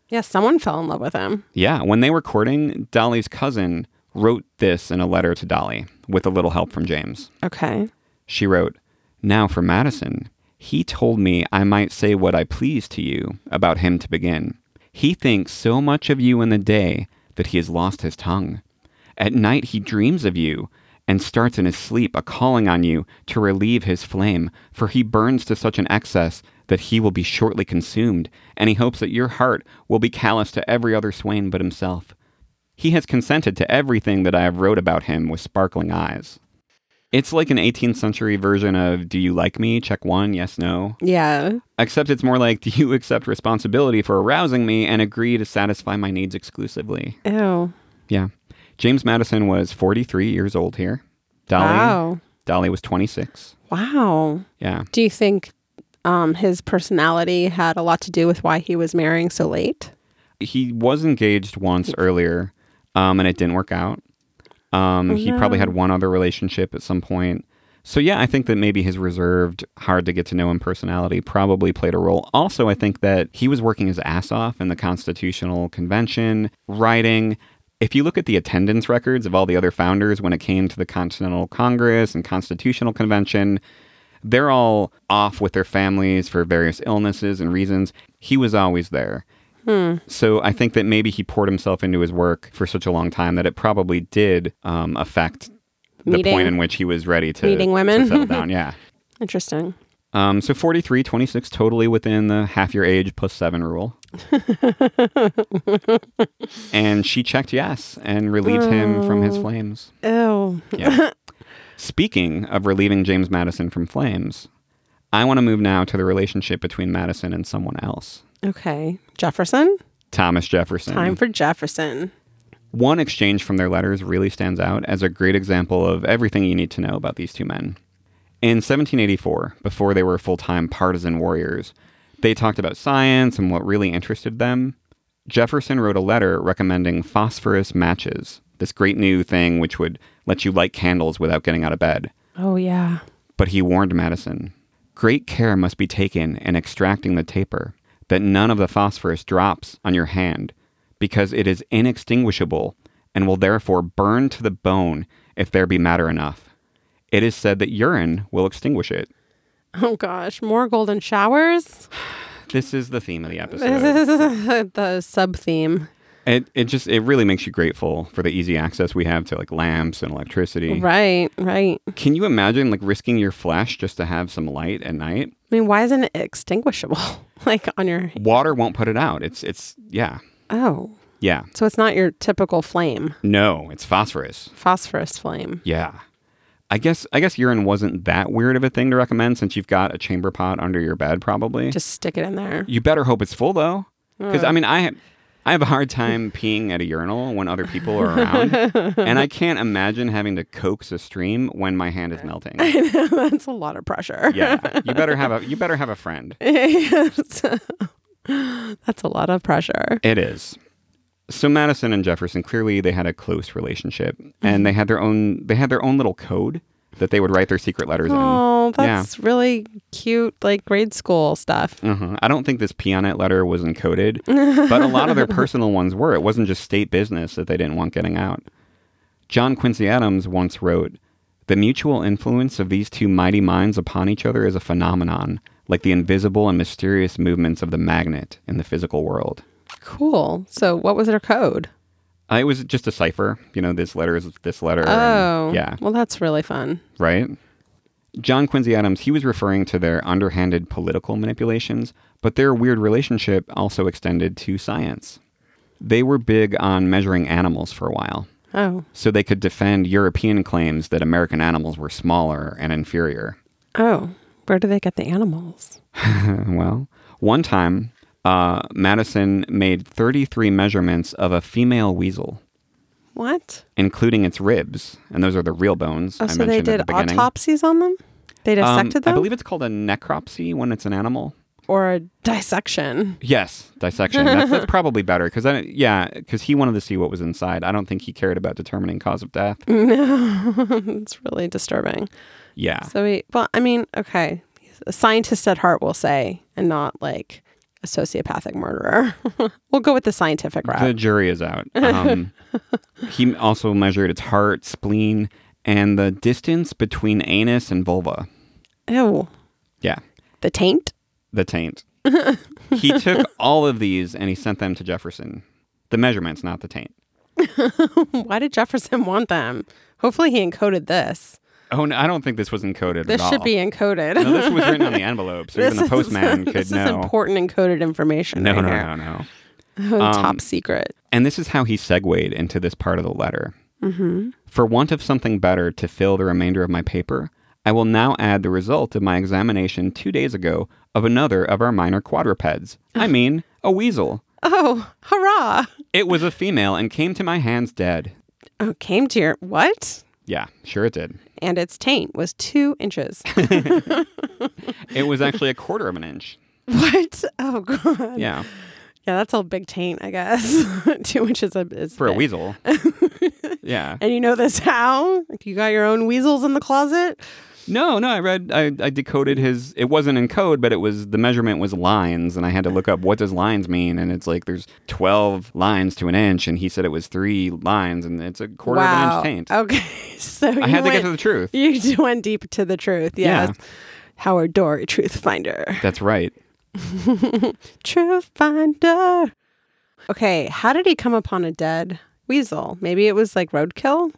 [SPEAKER 1] Yeah, someone fell in love with him.
[SPEAKER 2] Yeah, when they were courting, Dolly's cousin wrote this in a letter to Dolly with a little help from James.
[SPEAKER 1] Okay.
[SPEAKER 2] She wrote, Now for Madison. He told me I might say what I please to you about him to begin. He thinks so much of you in the day that he has lost his tongue. At night he dreams of you and starts in his sleep a calling on you to relieve his flame, for he burns to such an excess that he will be shortly consumed, and he hopes that your heart will be callous to every other swain but himself. He has consented to everything that I have wrote about him with sparkling eyes. It's like an 18th century version of Do You Like Me? Check one, yes, no.
[SPEAKER 1] Yeah.
[SPEAKER 2] Except it's more like Do you accept responsibility for arousing me and agree to satisfy my needs exclusively?
[SPEAKER 1] Ew.
[SPEAKER 2] Yeah. James Madison was 43 years old here. Dolly,
[SPEAKER 1] Wow.
[SPEAKER 2] Dolly was 26.
[SPEAKER 1] Wow.
[SPEAKER 2] Yeah.
[SPEAKER 1] Do you think um, his personality had a lot to do with why he was marrying so late?
[SPEAKER 2] He was engaged once earlier, um, and it didn't work out. Um, He probably had one other relationship at some point. So, yeah, I think that maybe his reserved, hard to get to know him personality probably played a role. Also, I think that he was working his ass off in the Constitutional Convention, writing. If you look at the attendance records of all the other founders when it came to the Continental Congress and Constitutional Convention, they're all off with their families for various illnesses and reasons. He was always there.
[SPEAKER 1] Hmm.
[SPEAKER 2] So I think that maybe he poured himself into his work for such a long time that it probably did um, affect the
[SPEAKER 1] Meeting-
[SPEAKER 2] point in which he was ready to
[SPEAKER 1] meeting
[SPEAKER 2] to
[SPEAKER 1] women.
[SPEAKER 2] settle down. Yeah.
[SPEAKER 1] Interesting.
[SPEAKER 2] Um, so 43, 26, totally within the half your age plus seven rule. and she checked yes and relieved him from
[SPEAKER 1] Oh.
[SPEAKER 2] his flames.
[SPEAKER 1] Ew.
[SPEAKER 2] Yeah. Speaking of relieving James Madison from flames, I want to move now to the relationship between Madison and someone else.
[SPEAKER 1] Okay. Jefferson?
[SPEAKER 2] Thomas Jefferson.
[SPEAKER 1] Time for Jefferson.
[SPEAKER 2] One exchange from their letters really stands out as a great example of everything you need to know about these two men. In 1784, before they were full time partisan warriors, they talked about science and what really interested them. Jefferson wrote a letter recommending phosphorus matches, this great new thing which would let you light candles without getting out of bed
[SPEAKER 1] Oh, yeah.
[SPEAKER 2] but he warned Madison Great care must be taken in extracting the taper, that none of the phosphorus drops on your hand, because it is inextinguishable and will therefore burn to the bone if there be matter enough. It is said that urine will extinguish it.
[SPEAKER 1] Oh, gosh. More golden showers?
[SPEAKER 2] This is the theme of the episode.
[SPEAKER 1] the sub theme.
[SPEAKER 2] it, it just it really makes you grateful for the easy access we have to like lamps and electricity.
[SPEAKER 1] Right, right. I
[SPEAKER 2] Can you imagine like risking your flesh just to have some light at night?
[SPEAKER 1] mean, why isn't it extinguishable? like on your.
[SPEAKER 2] Water won't put it out. It's it's yeah.
[SPEAKER 1] Oh.
[SPEAKER 2] Yeah.
[SPEAKER 1] So it's not your typical flame,
[SPEAKER 2] No, it's phosphorus.
[SPEAKER 1] phosphorus flame.
[SPEAKER 2] Yeah. I guess I guess urine wasn't that weird of a thing to recommend since you've got a chamber pot under your bed probably.
[SPEAKER 1] Just Hmm. stick it in there.
[SPEAKER 2] you better hope it's full though. Cuz I mean I have I have a hard time peeing at a urinal when other people are around and I can't imagine having to coax a stream when my hand is melting.
[SPEAKER 1] That's a lot of pressure.
[SPEAKER 2] Yeah. You better have a you better have a friend.
[SPEAKER 1] That's a lot of pressure.
[SPEAKER 2] It is. So
[SPEAKER 1] Mm-hmm.
[SPEAKER 2] Madison and Jefferson clearly they had a close relationship and they had their own they had their own little code that they would write their secret letters
[SPEAKER 1] Oh,
[SPEAKER 2] in. Yeah.
[SPEAKER 1] that's really cute, like grade school stuff.
[SPEAKER 2] Uh-huh. I don't think this Pianet letter was encoded, but a lot of their personal ones were. It wasn't just state business that they didn't want getting out. John Quincy Adams once wrote, "The mutual influence of these two mighty minds upon each other is a phenomenon, like the invisible and mysterious movements of the magnet in the physical world."
[SPEAKER 1] Cool. So, what was their code?
[SPEAKER 2] Uh, it was just a cipher, you know. This letter is this letter. and-
[SPEAKER 1] Oh,
[SPEAKER 2] yeah.
[SPEAKER 1] Well, that's really fun.
[SPEAKER 2] right? John Quincy Adams, he was referring to their underhanded political manipulations, but their weird relationship also extended to science. They were big on measuring animals for a while,
[SPEAKER 1] Oh,
[SPEAKER 2] so they could defend European claims that American animals were smaller and inferior.
[SPEAKER 1] oh, where do they get the animals?
[SPEAKER 2] Uh, well, one time, uh, Madison made 33 measurements of a female weasel,
[SPEAKER 1] What?
[SPEAKER 2] including its ribs, and those are the real bones
[SPEAKER 1] Oh,
[SPEAKER 2] I
[SPEAKER 1] so
[SPEAKER 2] mentioned
[SPEAKER 1] they did
[SPEAKER 2] at the beginning.
[SPEAKER 1] autopsies on them? They
[SPEAKER 2] Um,
[SPEAKER 1] dissected them,
[SPEAKER 2] I believe it's called a necropsy when it's an animal.
[SPEAKER 1] or a dissection?
[SPEAKER 2] Yes, dissection. That's, that's probably better because I yeah because he wanted to see what was inside. I don't think he cared about determining cause of death.
[SPEAKER 1] Mm. It's really disturbing.
[SPEAKER 2] Yeah,
[SPEAKER 1] So we, well, I mean, okay, a scientist at heart will say, and not like a sociopathic murderer. we'll go with the scientific route.
[SPEAKER 2] the jury is out. Um, he also measured its heart, spleen, and the distance between anus and vulva.
[SPEAKER 1] Oh,
[SPEAKER 2] Yeah,
[SPEAKER 1] the taint.
[SPEAKER 2] the taint. he took all of these and he sent them to Jefferson. The measurements, not the taint.
[SPEAKER 1] Why did Jefferson want them? Hopefully, he encoded this.
[SPEAKER 2] Oh, no, I don't think this was encoded.
[SPEAKER 1] This
[SPEAKER 2] at
[SPEAKER 1] should
[SPEAKER 2] all.
[SPEAKER 1] be encoded.
[SPEAKER 2] No, this was written on the envelope, so
[SPEAKER 1] This
[SPEAKER 2] even the
[SPEAKER 1] is-
[SPEAKER 2] postman could
[SPEAKER 1] this
[SPEAKER 2] know.
[SPEAKER 1] is important encoded information.
[SPEAKER 2] no,
[SPEAKER 1] right
[SPEAKER 2] no,
[SPEAKER 1] here.
[SPEAKER 2] no, no. Um,
[SPEAKER 1] Top secret.
[SPEAKER 2] And this is how he segued into this part of the letter. For want of something better to fill the remainder of my paper, I will now add the result of my examination two days ago of another of our minor quadrupeds. I mean, a weasel.
[SPEAKER 1] Oh, hurrah!
[SPEAKER 2] It was a female and came to my hands dead.
[SPEAKER 1] Oh, came to your what?
[SPEAKER 2] Yeah, sure it did.
[SPEAKER 1] And its taint was two inches.
[SPEAKER 2] It was actually a quarter of an inch.
[SPEAKER 1] what? Oh god.
[SPEAKER 2] Yeah,
[SPEAKER 1] Yeah, that's a big taint, I guess. Two inches of is
[SPEAKER 2] for a
[SPEAKER 1] big.
[SPEAKER 2] weasel. Yeah.
[SPEAKER 1] And you know this how? Like, You got your own weasels in the closet?
[SPEAKER 2] No, no, I read, I, I decoded his, it wasn't in code, but it was, the measurement was lines. And I had to look up what does lines mean. And it's like there's 12 lines to an inch. And he said it was three lines and it's a quarter
[SPEAKER 1] wow.
[SPEAKER 2] of an inch taint.
[SPEAKER 1] Okay. So you
[SPEAKER 2] I had to
[SPEAKER 1] went,
[SPEAKER 2] get to the truth.
[SPEAKER 1] you went deep to the truth.
[SPEAKER 2] Yeah.
[SPEAKER 1] Yes. Howard Dory, truth finder.
[SPEAKER 2] That's right.
[SPEAKER 1] Truth finder. Okay, how did he come upon a dead weasel? Maybe it was like roadkill?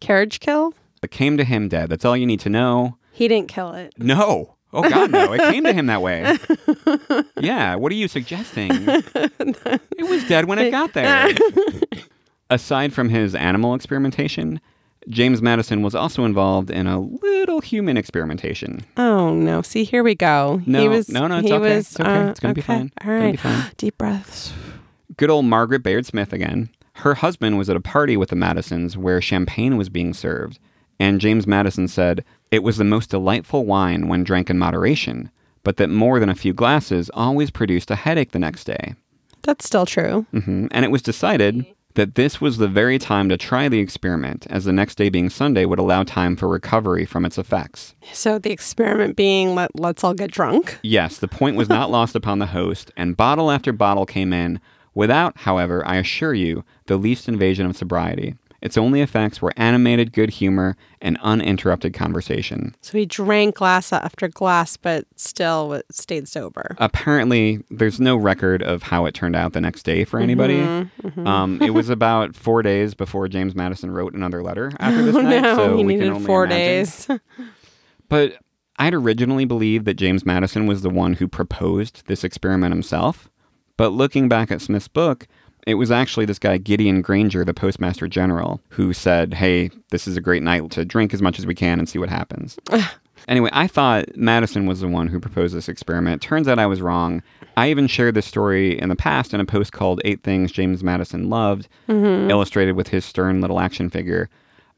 [SPEAKER 1] Carriage kill?
[SPEAKER 2] It came to him dead. That's all you need to know.
[SPEAKER 1] He didn't kill it.
[SPEAKER 2] No. Oh, God, no. It came to him that way. Yeah. What are you suggesting? It was dead when it got there. Aside from his animal experimentation, James Madison was also involved in a little human experimentation.
[SPEAKER 1] Oh no! See, here we go. he
[SPEAKER 2] No,
[SPEAKER 1] was,
[SPEAKER 2] no, no, it's
[SPEAKER 1] he
[SPEAKER 2] okay.
[SPEAKER 1] Was,
[SPEAKER 2] It's
[SPEAKER 1] uh,
[SPEAKER 2] okay. It's gonna be
[SPEAKER 1] okay.
[SPEAKER 2] fine. It's
[SPEAKER 1] All
[SPEAKER 2] gonna
[SPEAKER 1] right,
[SPEAKER 2] be fine.
[SPEAKER 1] deep breaths.
[SPEAKER 2] Good old Margaret Baird Smith again. Her husband was at a party with the Madisons where champagne was being served, and James Madison said, It was the most delightful wine when drank in moderation, but that more than a few glasses always produced a headache the next day.
[SPEAKER 1] That's still true.
[SPEAKER 2] Mhm. And it was decided that this was the very time to try the experiment, as the next day being Sunday would allow time for recovery from its effects.
[SPEAKER 1] So the experiment being let let's all get drunk.
[SPEAKER 2] Yes, the point was not lost upon the host, and bottle after bottle came in, without, however, I assure you, the least invasion of sobriety. Its only effects were animated good humor and uninterrupted conversation.
[SPEAKER 1] So he drank glass after glass, but still w- stayed sober.
[SPEAKER 2] Apparently, there's no record of how it turned out the next day for anybody.
[SPEAKER 1] Mm-hmm,
[SPEAKER 2] Um, it was about four days before James Madison wrote another letter after this night.
[SPEAKER 1] Oh, no,
[SPEAKER 2] so
[SPEAKER 1] he
[SPEAKER 2] we
[SPEAKER 1] needed
[SPEAKER 2] can only
[SPEAKER 1] four
[SPEAKER 2] imagine.
[SPEAKER 1] days.
[SPEAKER 2] But I'd originally believed that James Madison was the one who proposed this experiment himself. But looking back at Smith's book, it was actually this guy, Gideon Granger, the postmaster general, who said, Hey, this is a great night to drink as much as we can and see what happens. anyway, I thought Madison was the one who proposed this experiment. Turns out I was wrong. I even shared this story in the past in a post called Eight Things James Madison Loved, illustrated with his stern little action figure.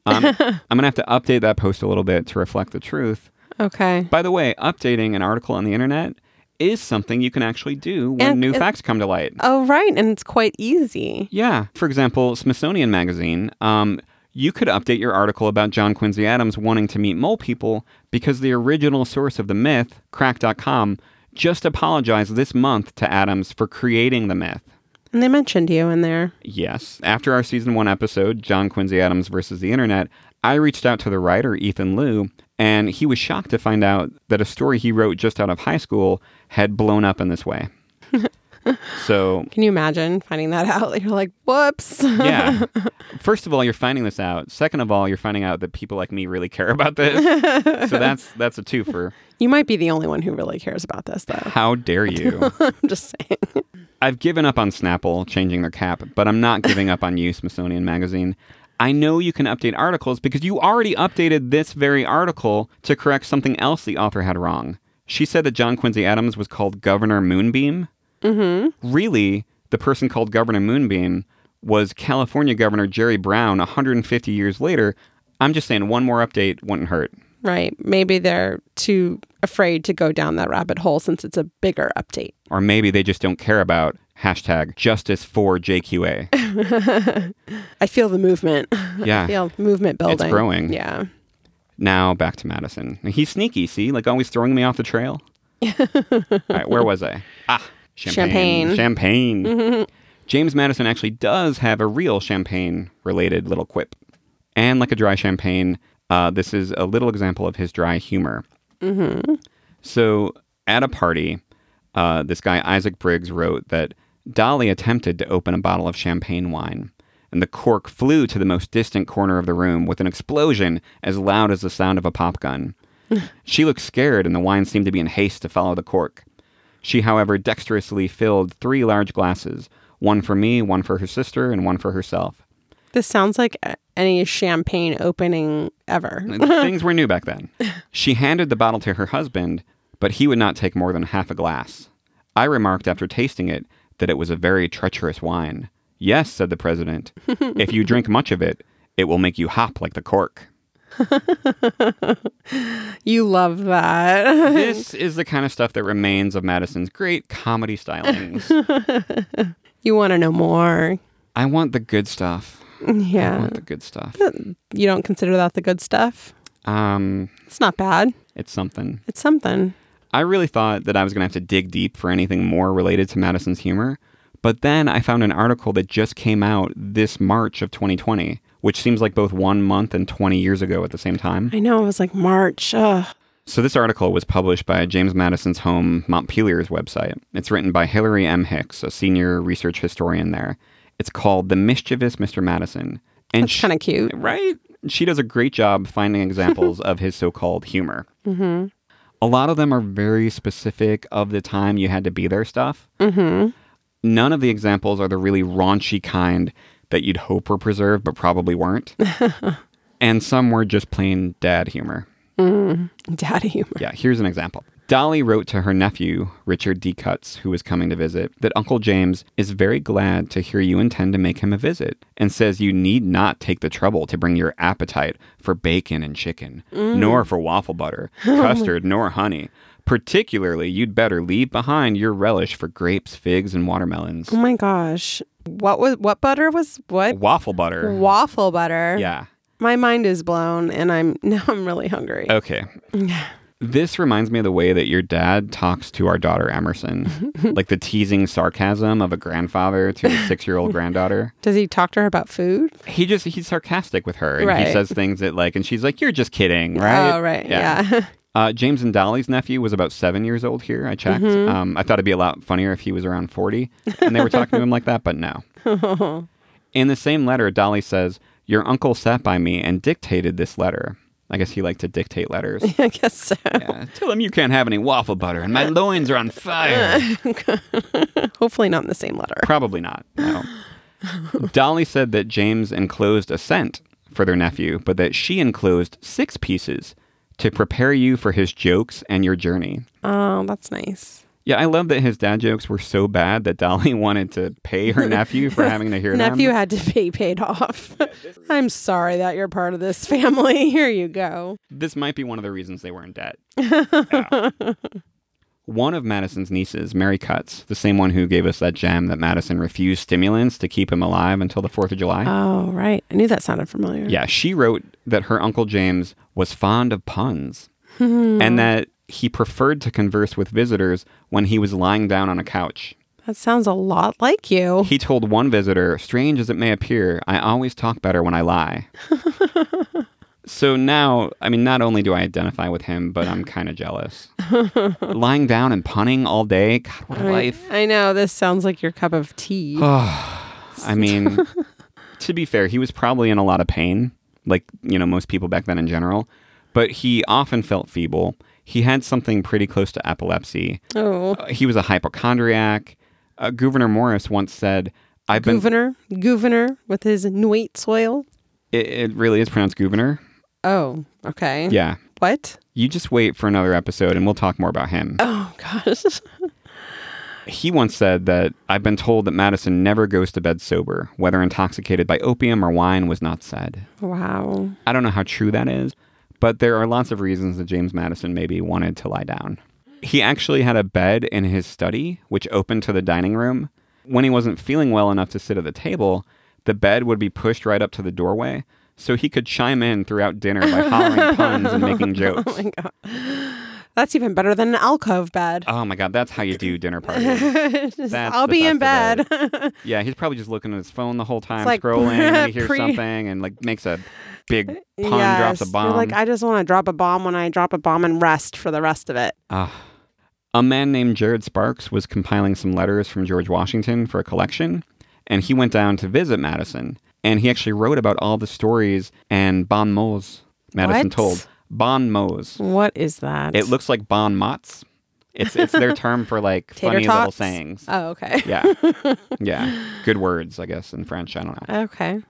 [SPEAKER 2] Um, I'm going to have to update that post a little bit to reflect the truth.
[SPEAKER 1] Okay.
[SPEAKER 2] By the way, updating an article on the internet is something you can actually do when
[SPEAKER 1] And
[SPEAKER 2] new
[SPEAKER 1] it-
[SPEAKER 2] facts come to light.
[SPEAKER 1] Oh right, and it's quite easy.
[SPEAKER 2] yeah. For example, Smithsonian Magazine, um, You could update your article about John Quincy Adams wanting to meet mole people because the original source of the myth, crack.com, just apologized this month to Adams for creating the myth.
[SPEAKER 1] And they mentioned you in there.
[SPEAKER 2] Yes. After our season one episode, John Quincy Adams versus the Internet, I reached out to the writer, Ethan Liu, and he was shocked to find out that a story he wrote just out of high school had blown up in this way. so,
[SPEAKER 1] Can you imagine finding that out? You're like, whoops.
[SPEAKER 2] yeah. First of all, you're finding this out. Second of all, you're finding out that people like me really care about this. so that's that's a twofer.
[SPEAKER 1] You might be the only one who really cares about this, though.
[SPEAKER 2] How dare you?
[SPEAKER 1] I'm just saying.
[SPEAKER 2] I've given up on Snapple changing their cap, but I'm not giving up on you, Smithsonian Magazine. I know you can update articles because you already updated this very article to correct something else the author had wrong. She said that John Quincy Adams was called Governor Moonbeam. Mm-hmm. Really, the person called Governor Moonbeam was California Governor Jerry Brown 150 years later. I'm just saying, one more update wouldn't hurt.
[SPEAKER 1] Right. Maybe they're too afraid to go down that rabbit hole since it's a bigger update.
[SPEAKER 2] or maybe they just don't care about hashtag justice for JQA.
[SPEAKER 1] I feel the movement. I
[SPEAKER 2] Yeah.
[SPEAKER 1] feel movement building.
[SPEAKER 2] growing.
[SPEAKER 1] Yeah.
[SPEAKER 2] now back to Madison. He's sneaky, see? Like always throwing me off the trail. All right, where was I? Ah, champagne. Champagne. James Madison actually does have a real champagne related little quip. And like a dry champagne, uh, this is a little example of his dry humor. So at a party, uh, this guy Isaac Briggs wrote that Dolly attempted to open a bottle of champagne wine, and the cork flew to the most distant corner of the room with an explosion as loud as the sound of a pop gun. she looked scared, and the wine seemed to be in haste to follow the cork. She, however, dexterously filled three large glasses one for me, one for her sister, and one for herself.
[SPEAKER 1] This sounds like a- any champagne opening ever.
[SPEAKER 2] Things were new back then. She handed the bottle to her husband, but he would not take more than half a glass. I remarked after tasting it that it was a very treacherous wine. Yes, said the president. if you drink much of it, it will make you hop like the cork.
[SPEAKER 1] You love that.
[SPEAKER 2] This is the kind of stuff that remains of Madison's great comedy stylings.
[SPEAKER 1] You want to know more.
[SPEAKER 2] I want the good stuff. I
[SPEAKER 1] Yeah.
[SPEAKER 2] want the good stuff.
[SPEAKER 1] You don't consider that the good stuff?
[SPEAKER 2] Um,
[SPEAKER 1] It's not bad.
[SPEAKER 2] it's something.
[SPEAKER 1] It's something.
[SPEAKER 2] I really thought that I was going to have to dig deep for anything more related to Madison's humor, but then I found an article that just came out this March of 2020, which seems like both one month and 20 years ago at the same time.
[SPEAKER 1] I know. It was like March. Ugh.
[SPEAKER 2] So, this article was published by James Madison's home, Montpelier's website. It's written by Hilary M. Hicks, a senior research historian there. It's called The Mischievous Mr. Madison. And
[SPEAKER 1] That's kind of cute.
[SPEAKER 2] Right? She does a great job finding examples of his so called humor. Mm-hmm. A lot of them are very specific of the time you had to be there stuff. Mm-hmm. None of the examples are the really raunchy kind that you'd hope were preserved, but probably weren't. and some were just plain dad humor.
[SPEAKER 1] Daddy humor.
[SPEAKER 2] Yeah, here's an example. Dolly wrote to her nephew, Richard D. Cutts, who was coming to visit, that Uncle James is very glad to hear you intend to make him a visit and says you need not take the trouble to bring your appetite for bacon and chicken, nor for waffle butter, custard, nor honey. Particularly, you'd better leave behind your relish for grapes, figs, and watermelons.
[SPEAKER 1] Oh my gosh. What was what butter was what?
[SPEAKER 2] Waffle butter.
[SPEAKER 1] Waffle butter.
[SPEAKER 2] Yeah.
[SPEAKER 1] My mind is blown and I'm now I'm really hungry.
[SPEAKER 2] Okay. This reminds me of the way that your dad talks to our daughter Emerson, like the teasing sarcasm of a grandfather to a six-year-old granddaughter.
[SPEAKER 1] Does he talk to her about food?
[SPEAKER 2] He just—he's sarcastic with her, and
[SPEAKER 1] Right.
[SPEAKER 2] he says things that like, and she's like, "You're just kidding, right?"
[SPEAKER 1] Oh right. Yeah.
[SPEAKER 2] Uh, James and Dolly's nephew was about seven years old here. I checked.
[SPEAKER 1] Mm-hmm.
[SPEAKER 2] Um, I thought it'd be a lot funnier if he was around 40 and they were talking to him like that, but no. In the same letter, Dolly says, Your uncle sat by me and dictated this letter. I guess he liked to dictate letters.
[SPEAKER 1] I guess so.
[SPEAKER 2] Yeah, tell him you can't have any waffle butter and my loins are on fire.
[SPEAKER 1] Hopefully not in the same letter.
[SPEAKER 2] Probably not. No. Dolly said that James enclosed a cent for their nephew, but that she enclosed six pieces to prepare you for his jokes and your journey.
[SPEAKER 1] Oh, that's nice.
[SPEAKER 2] Yeah, I love that his dad jokes were so bad that Dolly wanted to pay her nephew for having to hear
[SPEAKER 1] Nephew
[SPEAKER 2] them.
[SPEAKER 1] had to be paid off. I'm sorry that you're part of this family. Here you go.
[SPEAKER 2] This might be one of the reasons they were in debt. One of Madison's nieces, Mary Cutts, the same one who gave us that gem that Madison refused stimulants to keep him alive until the 4th of July.
[SPEAKER 1] Oh, right. I knew that sounded familiar.
[SPEAKER 2] Yeah, she wrote that her Uncle James was fond of puns and that he preferred to converse with visitors when he was lying down on a couch.
[SPEAKER 1] That sounds a lot like you.
[SPEAKER 2] He told one visitor, strange as it may appear, I always talk better when I lie. so now, I mean, not only do I identify with him, but I'm kind of jealous. lying down and punning all day, God, what a life.
[SPEAKER 1] I know this sounds like your cup of tea.
[SPEAKER 2] I mean, to be fair, he was probably in a lot of pain, like, you know, most people back then in general, but he often felt feeble. He had something pretty close to epilepsy.
[SPEAKER 1] oh,
[SPEAKER 2] Uh, He was a hypochondriac. Uh, Governor Morris once said, I've been.
[SPEAKER 1] governor, governor with his Nuit soil.
[SPEAKER 2] it, it really is pronounced Governor.
[SPEAKER 1] Oh, okay.
[SPEAKER 2] Yeah.
[SPEAKER 1] What?
[SPEAKER 2] You just wait for another episode and we'll talk more about him.
[SPEAKER 1] Oh gosh.
[SPEAKER 2] He once said that I've been told that Madison never goes to bed sober, whether intoxicated by opium or wine was not said.
[SPEAKER 1] Wow.
[SPEAKER 2] I don't know how true that is, but there are lots of reasons that James Madison maybe wanted to lie down. He actually had a bed in his study, which opened to the dining room. When he wasn't feeling well enough to sit at the table, the bed would be pushed right up to the doorway so he could chime in throughout dinner by hollering puns and making jokes.
[SPEAKER 1] Oh my god. That's even better than an alcove bed.
[SPEAKER 2] Oh my god, that's how you do dinner parties.
[SPEAKER 1] Just,
[SPEAKER 2] that's
[SPEAKER 1] I'll
[SPEAKER 2] the
[SPEAKER 1] be in
[SPEAKER 2] best of
[SPEAKER 1] bed.
[SPEAKER 2] yeah, he's probably just looking at his phone the whole time,
[SPEAKER 1] like
[SPEAKER 2] scrolling, and he hears
[SPEAKER 1] pre- Uh,
[SPEAKER 2] something and like makes a big pun, drops a
[SPEAKER 1] Yes.
[SPEAKER 2] bomb.
[SPEAKER 1] You're like I just want to drop a bomb when I drop a bomb and rest for the rest of it.
[SPEAKER 2] Ah. A man named Jared Sparks was compiling some letters from George Washington for a collection, and he went down to visit Madison. And he actually wrote about all the stories and bon mots Madison
[SPEAKER 1] What?
[SPEAKER 2] told. Bon mots.
[SPEAKER 1] What is that?
[SPEAKER 2] It looks like bon mots. It's it's their term for like
[SPEAKER 1] Tater
[SPEAKER 2] funny little
[SPEAKER 1] tots?
[SPEAKER 2] sayings.
[SPEAKER 1] Oh, okay.
[SPEAKER 2] Yeah. Yeah. Good words, I guess, in French. I don't know.
[SPEAKER 1] Okay.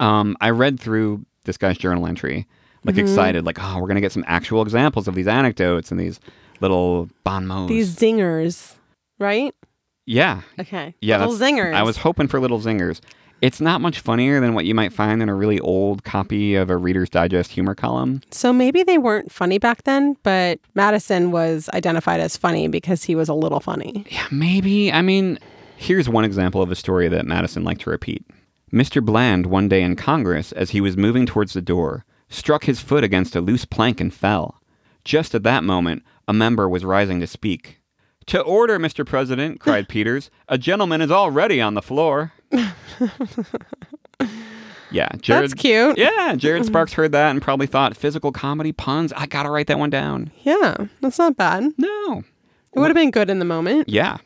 [SPEAKER 2] Um, I read through this guy's journal entry, like
[SPEAKER 1] Mm-hmm.
[SPEAKER 2] excited, like, oh, we're going to get some actual examples of these anecdotes and these little bon mots.
[SPEAKER 1] These zingers, right?
[SPEAKER 2] yeah.
[SPEAKER 1] Okay.
[SPEAKER 2] Yeah.
[SPEAKER 1] Little
[SPEAKER 2] that's-
[SPEAKER 1] zingers.
[SPEAKER 2] I was hoping for little zingers. It's not much funnier than what you might find in a really old copy of a Reader's Digest humor column.
[SPEAKER 1] So maybe they weren't funny back then, but Madison was identified as funny because he was a little funny.
[SPEAKER 2] Yeah, maybe. I mean, here's one example of a story that Madison liked to repeat. Mr. Bland, one day in Congress, as he was moving towards the door, struck his foot against a loose plank and fell. Just at that moment, a member was rising to speak. To order, Mr. President, cried Peters. A gentleman is already on the floor. yeah, Jared.
[SPEAKER 1] That's cute.
[SPEAKER 2] Yeah, Jared Sparks heard that and probably thought physical comedy puns. I gotta write that one down.
[SPEAKER 1] Yeah, that's not bad.
[SPEAKER 2] No,
[SPEAKER 1] It would have been good in the moment.
[SPEAKER 2] yeah.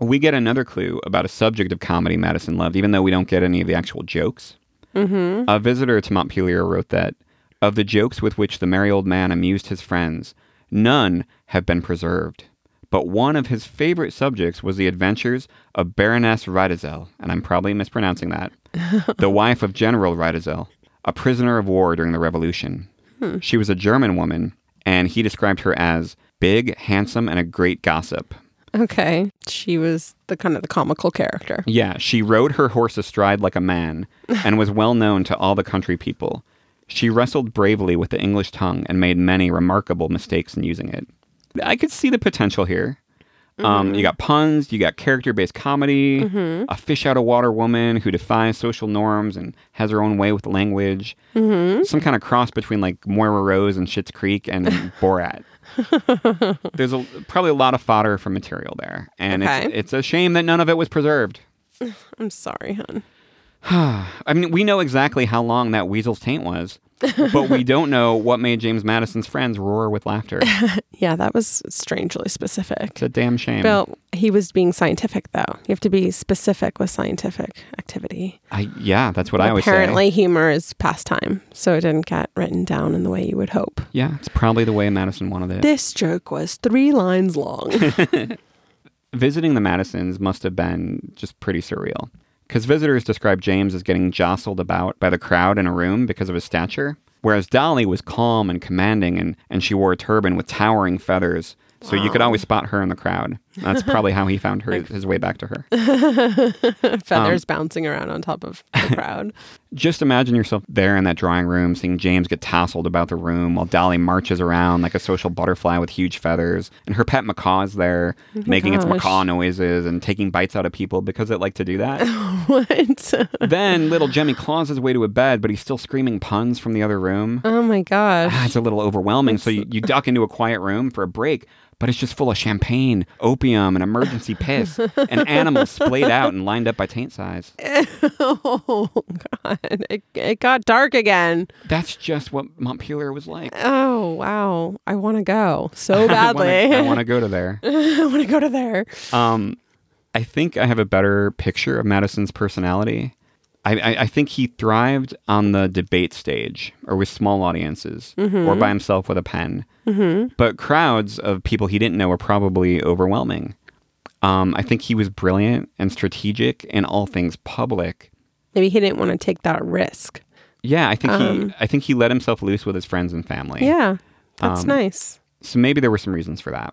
[SPEAKER 2] We get another clue about a subject of comedy Madison loved, even though we don't get any of the actual jokes. Mm-hmm. A visitor to Montpelier wrote that of the jokes with which the merry old man amused his friends, none have been preserved. But one of his favorite subjects was the adventures of Baroness Riedesel, and I'm probably mispronouncing that, the wife of General Riedesel, a prisoner of war during the Revolution. She was a German woman, and he described her as big, handsome, and a great gossip.
[SPEAKER 1] Okay. She was the kind of the comical character.
[SPEAKER 2] Yeah, she rode her horse astride like a man and was well known to all the country people. She wrestled bravely with the English tongue and made many remarkable mistakes in using it. I could see the potential here. Um, you got puns, you got character based comedy, a fish out of water woman who defies social norms and has her own way with language. Some kind of cross between like Moira Rose and Schitt's Creek and Borat. There's a, probably a lot of fodder for material there. And
[SPEAKER 1] Okay.
[SPEAKER 2] it's, it's a shame that none of it was preserved.
[SPEAKER 1] I'm sorry, hon.
[SPEAKER 2] I mean, we know exactly how long that weasel's taint was, but we don't know what made James Madison's friends roar with laughter. It's
[SPEAKER 1] Yeah, that was strangely specific.
[SPEAKER 2] a damn shame.
[SPEAKER 1] Well, he was being scientific though. You have to be specific with scientific activity.
[SPEAKER 2] I, yeah, that's what I always say.
[SPEAKER 1] Apparently, humor is pastime, so it didn't get written down in the way you would hope.
[SPEAKER 2] Yeah, it's probably the way Madison wanted it.
[SPEAKER 1] This joke was three lines long.
[SPEAKER 2] Visiting the Madisons must have been just pretty surreal. Because visitors described James as getting jostled about by the crowd in a room because of his stature, whereas Dolly was calm and commanding, and, and she wore a turban with towering feathers, so you could always spot her in the crowd. That's probably how he found her his way back to her.
[SPEAKER 1] Feathers
[SPEAKER 2] Um.
[SPEAKER 1] bouncing around on top of the crowd.
[SPEAKER 2] Just imagine yourself there in that drawing room, seeing James get tousled about the room while Dolly marches around like a social butterfly with huge feathers, and her pet macaw's there making its
[SPEAKER 1] gosh.
[SPEAKER 2] macaw noises and taking bites out of people because it liked to do that.
[SPEAKER 1] what?
[SPEAKER 2] then little Jemmy claws his way to a bed, but he's still screaming puns from the other room.
[SPEAKER 1] Oh my
[SPEAKER 2] Ah,
[SPEAKER 1] gosh.
[SPEAKER 2] it's a little overwhelming. So you, you duck into a quiet room for a break, but it's just full of champagne, opium, and emergency piss, and animals splayed out and lined up by taint size.
[SPEAKER 1] oh god. It, it got dark again.
[SPEAKER 2] That's just what Montpelier was like.
[SPEAKER 1] Oh wow. I want to go so
[SPEAKER 2] I wanna-
[SPEAKER 1] badly.
[SPEAKER 2] I want to go to there.
[SPEAKER 1] I want to go to there.
[SPEAKER 2] Um, I think I have a better picture of Madison's personality. I, I, I think he thrived on the debate stage or with small audiences or by himself with a pen. But crowds of people he didn't know were probably overwhelming. Um, I think he was brilliant and strategic in all things public.
[SPEAKER 1] Maybe he didn't want to take that risk.
[SPEAKER 2] Yeah, I think he I think he let himself loose with his friends and family.
[SPEAKER 1] Yeah. That's
[SPEAKER 2] Um,
[SPEAKER 1] nice.
[SPEAKER 2] so maybe there were some reasons for that.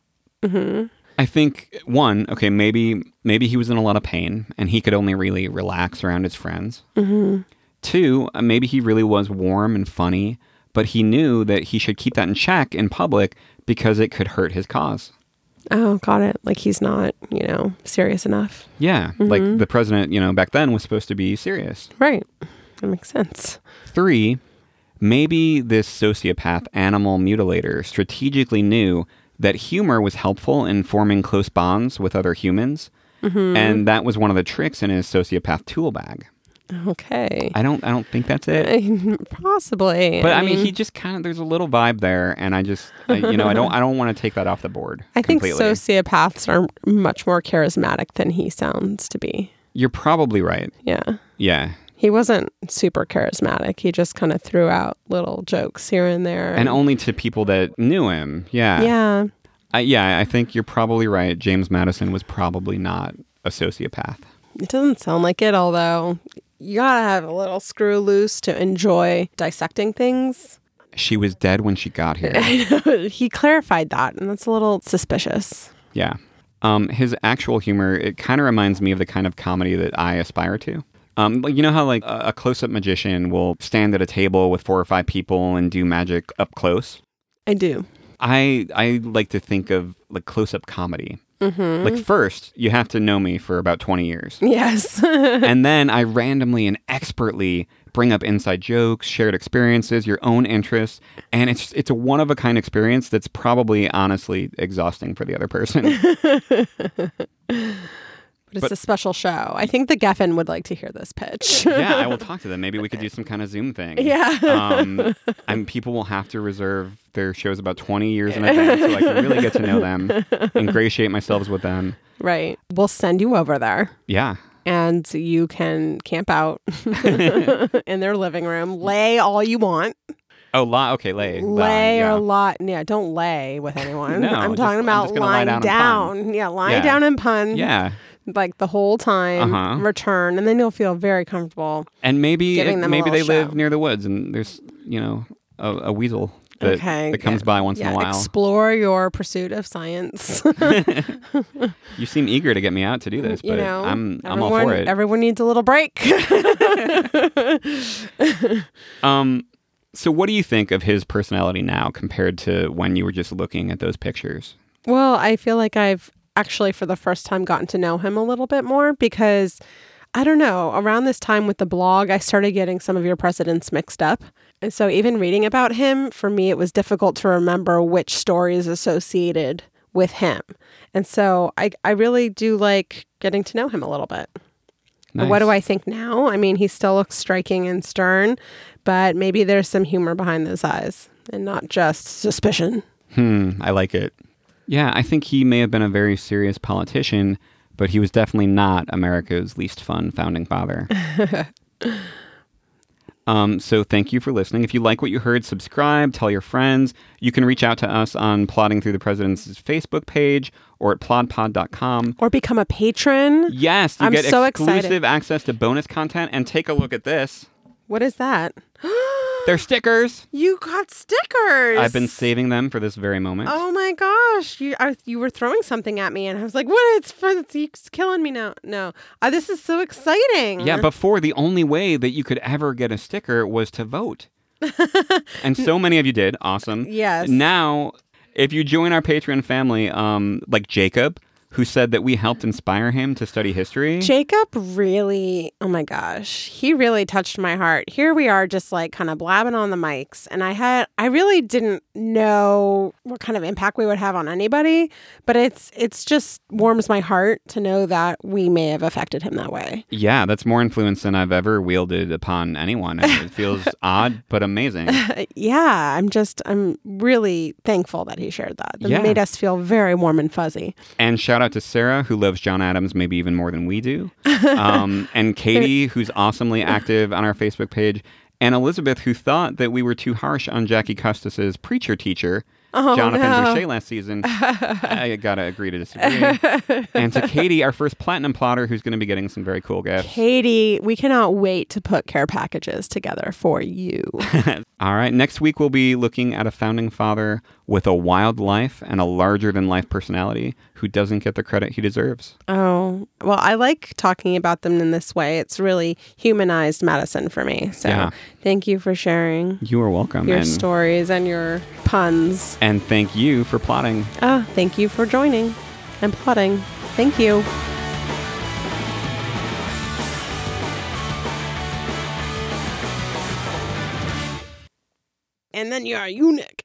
[SPEAKER 2] I think one, okay, maybe maybe he was in a lot of pain and he could only really relax around his friends. Mm-hmm. Two, uh, maybe he really was warm and funny, but he knew that he should keep that in check in public because it could hurt his cause.
[SPEAKER 1] Oh, got it. Like he's not, you know, serious enough.
[SPEAKER 2] Yeah, like the president, you know, back then was supposed to be serious.
[SPEAKER 1] Right. That makes sense.
[SPEAKER 2] Three, maybe this sociopath animal mutilator strategically knew that humor was helpful in forming close bonds with other humans. And that was one of the tricks in his sociopath tool bag.
[SPEAKER 1] Okay.
[SPEAKER 2] I don't I don't think that's it.
[SPEAKER 1] Possibly.
[SPEAKER 2] But I mean, he just kind of there's a little vibe there and I just I, you know, I don't I don't want to take that off the board
[SPEAKER 1] I think
[SPEAKER 2] completely.
[SPEAKER 1] sociopaths are much more charismatic than he sounds to be.
[SPEAKER 2] You're probably right.
[SPEAKER 1] Yeah.
[SPEAKER 2] Yeah.
[SPEAKER 1] He wasn't super charismatic. He just kind of threw out little jokes here and there.
[SPEAKER 2] And only to people that knew him. Yeah.
[SPEAKER 1] yeah.
[SPEAKER 2] I, yeah, I think you're probably right. James Madison was probably not a sociopath.
[SPEAKER 1] It doesn't sound like it, although you gotta have a little screw loose to enjoy dissecting things.
[SPEAKER 2] She was dead when she got here.
[SPEAKER 1] he clarified that, and that's a little suspicious.
[SPEAKER 2] Yeah. Um, his actual humor, it kind of reminds me of the kind of comedy that I aspire to. Um, like, you know how like a, a close-up magician will stand at a table with four or five people and do magic up close.
[SPEAKER 1] I do.
[SPEAKER 2] I I like to think of like close-up comedy. Like first, you have to know me for about twenty years,
[SPEAKER 1] Yes.
[SPEAKER 2] and then I randomly and expertly bring up inside jokes, shared experiences, your own interests, and it's it's a one of a kind experience that's probably honestly exhausting for the other person.
[SPEAKER 1] But it's a special show. I think the Geffen would like to hear this pitch.
[SPEAKER 2] yeah, I will talk to them. Maybe we could do some kind of Zoom thing.
[SPEAKER 1] Yeah.
[SPEAKER 2] Um, and people will have to reserve their shows about 20 years in advance so I can really get to know them, ingratiate myself with them.
[SPEAKER 1] right. We'll send you over there
[SPEAKER 2] Yeah.
[SPEAKER 1] and you can camp out in their living room, lay all you want.
[SPEAKER 2] Oh, la. Okay, lay. la,
[SPEAKER 1] Lay
[SPEAKER 2] yeah.
[SPEAKER 1] or lot. Yeah, don't lay with anyone.
[SPEAKER 2] No,
[SPEAKER 1] I'm
[SPEAKER 2] just-
[SPEAKER 1] talking
[SPEAKER 2] I'm
[SPEAKER 1] about
[SPEAKER 2] just gonna lie
[SPEAKER 1] lying
[SPEAKER 2] down and
[SPEAKER 1] down.
[SPEAKER 2] pun.
[SPEAKER 1] Yeah, lying
[SPEAKER 2] Yeah.
[SPEAKER 1] down and pun.
[SPEAKER 2] Yeah.
[SPEAKER 1] Like the whole time,
[SPEAKER 2] Uh-huh.
[SPEAKER 1] return, and then you'll feel very comfortable.
[SPEAKER 2] And maybe
[SPEAKER 1] Giving them a
[SPEAKER 2] maybe they
[SPEAKER 1] little show.
[SPEAKER 2] live near the woods and there's, you know, a, a weasel that,
[SPEAKER 1] okay.
[SPEAKER 2] that comes
[SPEAKER 1] yeah.
[SPEAKER 2] by once in
[SPEAKER 1] Yeah,
[SPEAKER 2] a while.
[SPEAKER 1] Explore your pursuit of science.
[SPEAKER 2] you seem eager to get me out to do this, but
[SPEAKER 1] you know,
[SPEAKER 2] I'm, I'm all
[SPEAKER 1] everyone,
[SPEAKER 2] for it.
[SPEAKER 1] Everyone needs a little break.
[SPEAKER 2] um, so, what do you think of his personality now compared to when you were just looking at those pictures?
[SPEAKER 1] Well, I feel like I've actually, for the first time, gotten to know him a little bit more because I don't know. Around this time with the blog, I started getting some of your presidents mixed up. And so, even reading about him, for me, it was difficult to remember which story is associated with him. And so, I, I really do like getting to know him a little bit. But What
[SPEAKER 2] Nice.
[SPEAKER 1] do I think now? I mean, he still looks striking and stern, but maybe there's some humor behind those eyes and not just suspicion.
[SPEAKER 2] Hmm, I like it. Yeah, I think he may have been a very serious politician, but he was definitely not America's least fun founding father. um, so thank you for listening. If you like what you heard, subscribe, tell your friends. You can reach out to us on Plotting Through the President's Facebook page or at plodpod.com.
[SPEAKER 1] Or become a patron.
[SPEAKER 2] Yes, you
[SPEAKER 1] I'm
[SPEAKER 2] get
[SPEAKER 1] so
[SPEAKER 2] exclusive
[SPEAKER 1] excited.
[SPEAKER 2] access to bonus content and take a look at this.
[SPEAKER 1] What is that?
[SPEAKER 2] They're stickers.
[SPEAKER 1] You got stickers.
[SPEAKER 2] I've been saving them for this very moment.
[SPEAKER 1] Oh my gosh, you I, you were throwing something at me, and I was like, "What? It's for it's killing me now." No, uh, this is so exciting.
[SPEAKER 2] Yeah, before the only way that you could ever get a sticker was to vote. and so many of you did. Awesome.
[SPEAKER 1] Yes.
[SPEAKER 2] Now, if you join our Patreon family, um, like Jacob, who said that we helped inspire him to study history.
[SPEAKER 1] Jacob really, oh my gosh, he really touched my heart. Here we are just like kind of blabbing on the mics and I had I really didn't know what kind of impact we would have on anybody, but it's it's just warms my heart to know that we may have affected him that way.
[SPEAKER 2] yeah, that's more influence than I've ever wielded upon anyone. and It feels odd, but amazing.
[SPEAKER 1] Uh, yeah, I'm just I'm really thankful that he shared that. It
[SPEAKER 2] Yeah.
[SPEAKER 1] made us feel very warm and fuzzy.
[SPEAKER 2] And shout out to Sarah, who loves John Adams maybe even more than we do. Um, and Katie, who's awesomely active on our Facebook page. And Elizabeth, who thought that we were too harsh on Jackie Custis's preacher teacher, Jonathan
[SPEAKER 1] Oh, no.
[SPEAKER 2] Boucher, last season. I gotta agree to disagree. and to Katie, our first platinum plotter, who's gonna be getting some very cool gifts.
[SPEAKER 1] Katie, we cannot wait to put care packages together for you.
[SPEAKER 2] All right, next week we'll be looking at a founding father with a wild life and a larger than life personality who doesn't get the credit he deserves.
[SPEAKER 1] Oh, well, I like talking about them in this way. It's really humanized Madison for me. So
[SPEAKER 2] Yeah.
[SPEAKER 1] thank you for sharing
[SPEAKER 2] You are welcome.
[SPEAKER 1] your
[SPEAKER 2] and,
[SPEAKER 1] stories and your puns.
[SPEAKER 2] and thank you for plotting.
[SPEAKER 1] Ah, thank you for joining and plotting. Thank you. And then you're a eunuch.